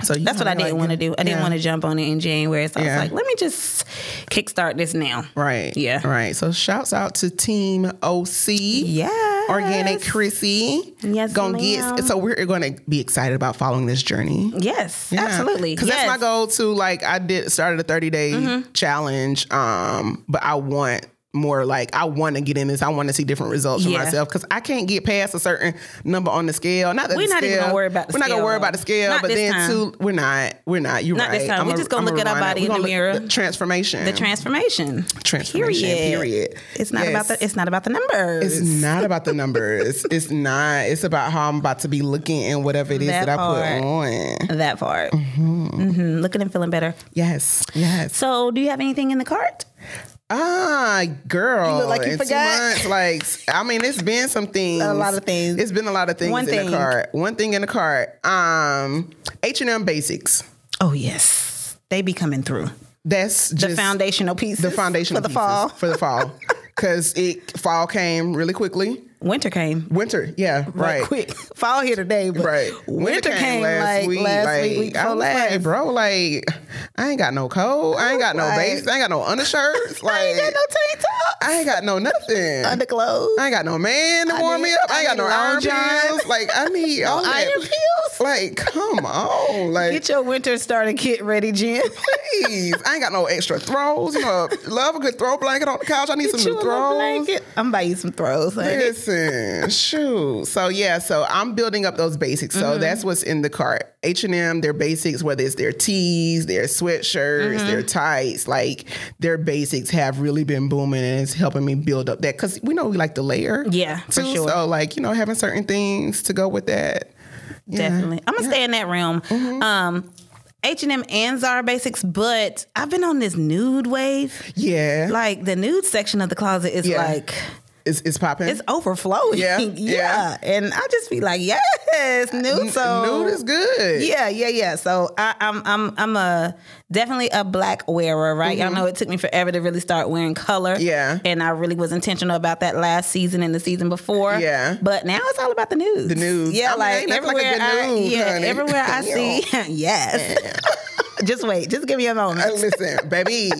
Speaker 1: So you
Speaker 2: Mm-hmm. That's what
Speaker 1: know,
Speaker 2: I didn't
Speaker 1: like,
Speaker 2: want to do. I didn't
Speaker 1: yeah.
Speaker 2: want to jump on it in January. So I
Speaker 1: Yeah.
Speaker 2: was like, let me just kickstart this now.
Speaker 1: Right.
Speaker 2: Yeah.
Speaker 1: Right. So shouts out to Team OC.
Speaker 2: Yes.
Speaker 1: Organic Chrissy.
Speaker 2: Yes,
Speaker 1: Gonna
Speaker 2: ma'am.
Speaker 1: get so we're gonna be excited about following this journey.
Speaker 2: Yes. Absolutely.
Speaker 1: Because
Speaker 2: yes. Mm-hmm.
Speaker 1: that's my goal too. Like I did started a 30 day challenge. Um, but I want more like I want to get in this. I want to see different results for
Speaker 2: Yeah.
Speaker 1: myself because I can't get past a certain number on the scale. Not that
Speaker 2: We're
Speaker 1: the
Speaker 2: not even
Speaker 1: scale-
Speaker 2: gonna worry about the
Speaker 1: We're not gonna
Speaker 2: scale,
Speaker 1: worry about the
Speaker 2: though.
Speaker 1: scale.
Speaker 2: Not
Speaker 1: but
Speaker 2: this
Speaker 1: then
Speaker 2: time.
Speaker 1: too, we're not. We're not. You're
Speaker 2: Not
Speaker 1: right.
Speaker 2: this time.
Speaker 1: I'm
Speaker 2: We're
Speaker 1: a-
Speaker 2: just gonna
Speaker 1: I'm a
Speaker 2: look at our
Speaker 1: reminder.
Speaker 2: body
Speaker 1: We're
Speaker 2: in the
Speaker 1: gonna look-
Speaker 2: mirror.
Speaker 1: transformation.
Speaker 2: the transformation.
Speaker 1: Transformation, period.
Speaker 2: It's not
Speaker 1: Yes.
Speaker 2: about the. It's not about the numbers.
Speaker 1: It's not about the numbers. it's not. It's about how I'm about to be looking and whatever it is that,
Speaker 2: That
Speaker 1: I
Speaker 2: part.
Speaker 1: put on.
Speaker 2: that part. Mm-hmm. Looking and feeling better.
Speaker 1: Yes. Yes.
Speaker 2: So, do you have anything in the cart?
Speaker 1: Ah, girl.
Speaker 2: You look like you
Speaker 1: in two
Speaker 2: forgot.
Speaker 1: months, like I mean, it's been some things.
Speaker 2: A lot of things.
Speaker 1: It's been a lot of things
Speaker 2: One
Speaker 1: in
Speaker 2: thing.
Speaker 1: the cart. One thing in the cart. Um, H and M basics.
Speaker 2: Oh yes, they be coming through.
Speaker 1: That's just
Speaker 2: The foundational pieces.
Speaker 1: The foundation
Speaker 2: for the fall.
Speaker 1: for the fall. Because it fall came really quickly.
Speaker 2: Winter came
Speaker 1: Winter, yeah,
Speaker 2: right
Speaker 1: right.
Speaker 2: quick. Fall here today, but
Speaker 1: Right.
Speaker 2: winter, came, like last week, week
Speaker 1: I
Speaker 2: before
Speaker 1: was like,
Speaker 2: last.
Speaker 1: bro, like, I ain't got no coat. I ain't got no
Speaker 2: Like-
Speaker 1: base. I ain't got no undershirts. Like,
Speaker 2: I ain't got no tank top,
Speaker 1: I ain't got no nothing.
Speaker 2: underclothes,
Speaker 1: I ain't got no man to
Speaker 2: I
Speaker 1: warm
Speaker 2: need-
Speaker 1: me up. I ain't
Speaker 2: I
Speaker 1: got
Speaker 2: need
Speaker 1: no
Speaker 2: long
Speaker 1: iron
Speaker 2: johns.
Speaker 1: pills. Like I need all that.
Speaker 2: iron pills.
Speaker 1: Like come on, like
Speaker 2: Get your winter starting kit ready, Jen.
Speaker 1: please. I ain't got no extra throws. You know, love a good throw blanket on the couch. I need some
Speaker 2: You
Speaker 1: new
Speaker 2: a little
Speaker 1: throws.
Speaker 2: blanket. I'm gonna buy you some throws. honey.
Speaker 1: Listen, shoot. So yeah, so I'm building up those basics. So
Speaker 2: Mm-hmm.
Speaker 1: that's what's in the cart. H and M, their basics, whether it's their tees, their sweatshirts, their
Speaker 2: Mm-hmm.
Speaker 1: tights, like their basics have really been booming, and it's helping me build up that because we know we like to layer.
Speaker 2: Yeah, for
Speaker 1: too.
Speaker 2: sure.
Speaker 1: So like you know, having certain things to go with that. Yeah. Mm-hmm.
Speaker 2: Definitely. I'm gonna stay in that realm. Um H&M and Zara Basics, but I've been on this nude wave.
Speaker 1: Yeah,
Speaker 2: Like the nude section of the closet is
Speaker 1: Yeah.
Speaker 2: like
Speaker 1: it's it's popping.
Speaker 2: it's overflowing.
Speaker 1: Yeah,
Speaker 2: yeah.
Speaker 1: yeah.
Speaker 2: And I just be like, yes, nude. So
Speaker 1: nude is good.
Speaker 2: yeah, yeah, yeah. So I, I'm I'm I'm a definitely a black wearer, right? Y'all know it took me forever to really start wearing color.
Speaker 1: Mm-hmm. Yeah.
Speaker 2: and I really was intentional about that last season and the season before.
Speaker 1: Yeah.
Speaker 2: but now it's all about the news. The
Speaker 1: nudes. I
Speaker 2: Yeah,
Speaker 1: mean,
Speaker 2: like
Speaker 1: ain't nothing like a
Speaker 2: everywhere.
Speaker 1: good
Speaker 2: I,
Speaker 1: nude,
Speaker 2: yeah,
Speaker 1: honey.
Speaker 2: everywhere I see. yes. just wait. Just give me a moment.
Speaker 1: Uh, listen, baby.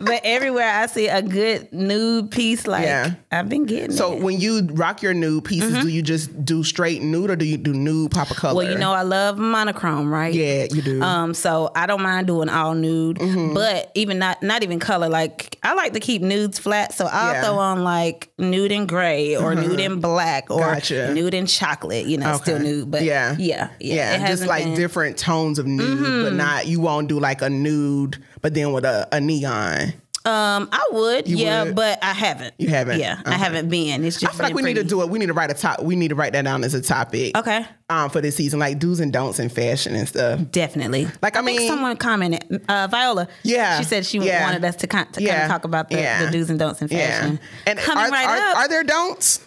Speaker 2: but everywhere I see a good nude piece, like
Speaker 1: Yeah.
Speaker 2: I've been getting.
Speaker 1: So
Speaker 2: it.
Speaker 1: when you rock your nude pieces, do you just do straight nude or do you do nude pop of color?
Speaker 2: Mm-hmm. well, you know, I love monochrome, right?
Speaker 1: yeah, you do.
Speaker 2: Um, so I don't mind doing all nude,
Speaker 1: Mm-hmm.
Speaker 2: but even not not even color. Like I like to keep nudes flat, so I'll
Speaker 1: Yeah. Mm-hmm.
Speaker 2: throw on like nude and gray or nude and black or
Speaker 1: Gotcha.
Speaker 2: nude and chocolate. You know, still
Speaker 1: Okay.
Speaker 2: nude, but
Speaker 1: Yeah.
Speaker 2: yeah, yeah, yeah.
Speaker 1: yeah,
Speaker 2: It
Speaker 1: just
Speaker 2: hasn't
Speaker 1: like
Speaker 2: been- Mm-hmm.
Speaker 1: different tones of nude, but not you won't do like a nude, but then with a, a neon.
Speaker 2: Um, I would, yeah,
Speaker 1: would?
Speaker 2: but I haven't.
Speaker 1: You haven't?
Speaker 2: Yeah,
Speaker 1: Okay.
Speaker 2: I haven't been. It's just
Speaker 1: I feel like
Speaker 2: been
Speaker 1: we need to
Speaker 2: pretty.
Speaker 1: do it. We need to write a top. We need to write that down as a topic.
Speaker 2: Okay.
Speaker 1: Um, for this season, like do's and don'ts in fashion and stuff.
Speaker 2: Definitely.
Speaker 1: Like, I
Speaker 2: think
Speaker 1: mean-
Speaker 2: someone commented, uh, Viola.
Speaker 1: Yeah.
Speaker 2: she said she
Speaker 1: Yeah.
Speaker 2: wanted us to, con- to kind
Speaker 1: Yeah.
Speaker 2: of talk about the,
Speaker 1: Yeah.
Speaker 2: the do's and don'ts in
Speaker 1: Yeah.
Speaker 2: fashion.
Speaker 1: And
Speaker 2: coming
Speaker 1: are,
Speaker 2: right
Speaker 1: are,
Speaker 2: up,
Speaker 1: are there don'ts?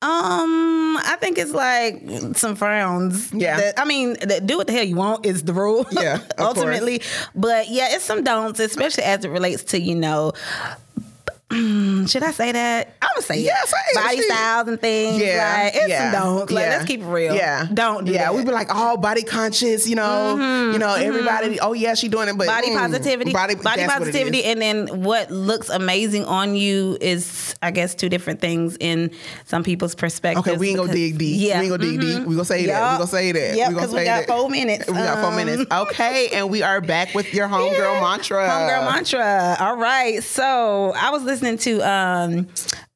Speaker 2: Um, I think it's like some frowns.
Speaker 1: Yeah.
Speaker 2: That- I mean, that do what the hell you want is the rule.
Speaker 1: Yeah, of course.
Speaker 2: ultimately, but yeah, it's some don'ts, especially as it relates to you know. Should I say that? I'm gonna say
Speaker 1: Yeah,
Speaker 2: it.
Speaker 1: say it,
Speaker 2: body
Speaker 1: shit.
Speaker 2: styles and things.
Speaker 1: Yeah,
Speaker 2: like, it's
Speaker 1: yeah,
Speaker 2: some don'ts. Like,
Speaker 1: yeah,
Speaker 2: let's keep it real.
Speaker 1: Yeah,
Speaker 2: don't do
Speaker 1: yeah.
Speaker 2: that. Mm-hmm.
Speaker 1: We be like all body conscious, you know, you know, everybody. Oh yeah, she doing it, but
Speaker 2: body
Speaker 1: mm,
Speaker 2: positivity,
Speaker 1: body,
Speaker 2: body,
Speaker 1: that's what it is.
Speaker 2: positivity, and then what looks amazing on you is, I guess, two different things in some people's perspective.
Speaker 1: Okay, we ain't gonna dig deep.
Speaker 2: Yeah,
Speaker 1: we ain't gonna dig deep. We gonna say that. We
Speaker 2: Mm-hmm. Yup.
Speaker 1: gonna say that.
Speaker 2: Yup,
Speaker 1: we gonna
Speaker 2: 'cause we
Speaker 1: say
Speaker 2: got
Speaker 1: that.
Speaker 2: four minutes.
Speaker 1: We got four
Speaker 2: Um,
Speaker 1: minutes. Okay, and we are back with your homegirl
Speaker 2: Yeah.
Speaker 1: mantra.
Speaker 2: Homegirl mantra. All right. So I was listening to um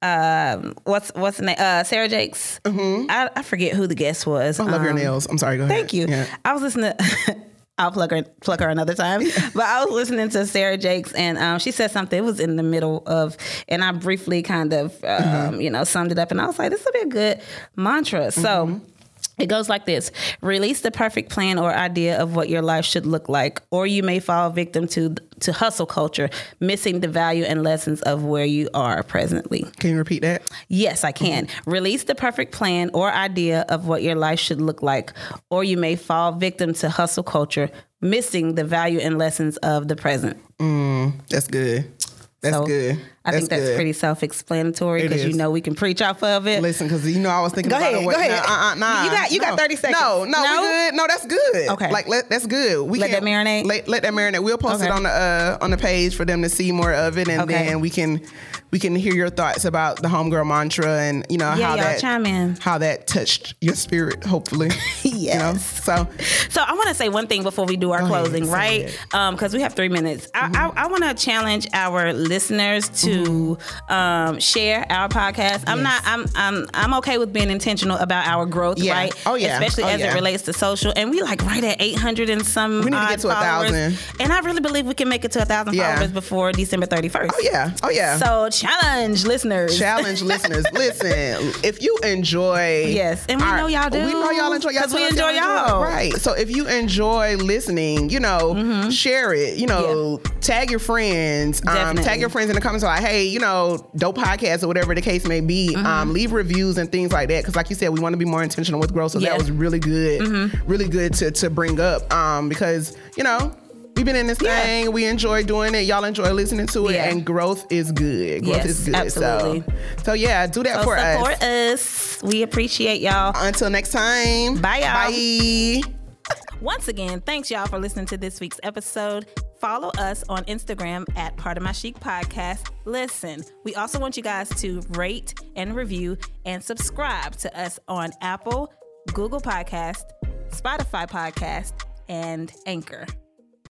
Speaker 2: um, what's what's the name? Uh, Sarah Jakes. I, I forget who the guest was.
Speaker 1: Mm-hmm. I love your
Speaker 2: Um,
Speaker 1: nails. I'm sorry. Go ahead.
Speaker 2: Thank you.
Speaker 1: Yeah.
Speaker 2: I was listening. To, I'll plug her plug her another time. But I was listening to Sarah Jakes, and um, she said something. It was in the middle of, and I briefly kind of um,
Speaker 1: Mm-hmm.
Speaker 2: you know summed it up, and I was like, this will be a good mantra. So.
Speaker 1: Mm-hmm.
Speaker 2: It goes like this release the perfect plan or idea of what your life should look like, or you may fall victim to to hustle culture, missing the value and lessons of where you are presently.
Speaker 1: Can you repeat that?
Speaker 2: Yes, I can.
Speaker 1: Mm-hmm.
Speaker 2: Release the perfect plan or idea of what your life should look like, or you may fall victim to hustle culture, missing the value and lessons of the present.
Speaker 1: That's good. That's
Speaker 2: So,
Speaker 1: good.
Speaker 2: I think that's
Speaker 1: good.
Speaker 2: pretty self explanatory
Speaker 1: It
Speaker 2: because you
Speaker 1: is.
Speaker 2: know we can preach off of it.
Speaker 1: Listen, because you know I was thinking
Speaker 2: Go
Speaker 1: about
Speaker 2: ahead,
Speaker 1: it. What-
Speaker 2: go ahead.
Speaker 1: Nah, uh, nah,
Speaker 2: You got- you got
Speaker 1: no.
Speaker 2: 30 seconds.
Speaker 1: No, no,
Speaker 2: No?
Speaker 1: we good. No, that's good.
Speaker 2: Okay.
Speaker 1: like let, that's good. We
Speaker 2: Let
Speaker 1: can
Speaker 2: that marinate?
Speaker 1: Let, let that marinate. We'll post it
Speaker 2: Okay.
Speaker 1: on the uh, on the page for them to see more of it, and
Speaker 2: Okay.
Speaker 1: then we can we can hear your thoughts about the homegirl mantra and you know
Speaker 2: Yeah,
Speaker 1: how
Speaker 2: y'all
Speaker 1: that
Speaker 2: chime in.
Speaker 1: how that touched your spirit. Hopefully, You know?
Speaker 2: Yes.
Speaker 1: So
Speaker 2: So I want to say one thing before we do our
Speaker 1: Go ahead,
Speaker 2: closing,
Speaker 1: say
Speaker 2: right?
Speaker 1: it. Mm-hmm.
Speaker 2: Because we have three minutes. I, I, I want to challenge our listeners to
Speaker 1: Mm-hmm.
Speaker 2: um, share our podcast. I'm not. I'm. I'm. I'm okay with being intentional about our growth,
Speaker 1: Yeah.
Speaker 2: right?
Speaker 1: Oh, yeah.
Speaker 2: Especially
Speaker 1: Oh,
Speaker 2: as it
Speaker 1: yeah.
Speaker 2: relates to social, and we like right at 800 and some.
Speaker 1: We need to get
Speaker 2: odd
Speaker 1: to 1,000.
Speaker 2: followers. And I really believe we can make it to a thousand
Speaker 1: Yeah.
Speaker 2: followers before December 31st.
Speaker 1: oh yeah, oh yeah.
Speaker 2: So challenge listeners.
Speaker 1: challenge listeners. Listen, if you enjoy,
Speaker 2: Yes, and we know y'all do.
Speaker 1: We know y'all enjoy y'all
Speaker 2: 'Cause we
Speaker 1: tell us
Speaker 2: enjoy y'all.
Speaker 1: right? So if you enjoy listening, you know,
Speaker 2: Mm-hmm.
Speaker 1: share it. You know, tag your friends. Um,
Speaker 2: Definitely.
Speaker 1: tag your friends in the comments like, hey, you know, dope podcast or whatever the case may be.
Speaker 2: Mm-hmm.
Speaker 1: Um, leave reviews and things like that because, like you said, we want to be more intentional with growth. So
Speaker 2: Yeah. Mm-hmm.
Speaker 1: that was really good, really good to to bring up um, because you know. We've been in this
Speaker 2: Yeah.
Speaker 1: thing. We enjoy doing it. Y'all enjoy listening to it.
Speaker 2: Yeah.
Speaker 1: And growth is good. Growth
Speaker 2: Yes,
Speaker 1: is good.
Speaker 2: absolutely.
Speaker 1: So, so yeah, do that
Speaker 2: So
Speaker 1: for us.
Speaker 2: support us. We appreciate y'all.
Speaker 1: Until next time.
Speaker 2: Bye, y'all.
Speaker 1: Bye.
Speaker 2: Once again, thanks y'all for listening to this week's episode. Follow us on Instagram at Part of My Chic Podcast. Listen, we also want you guys to rate and review and subscribe to us on Apple, Google Podcast, Spotify Podcast, and Anchor.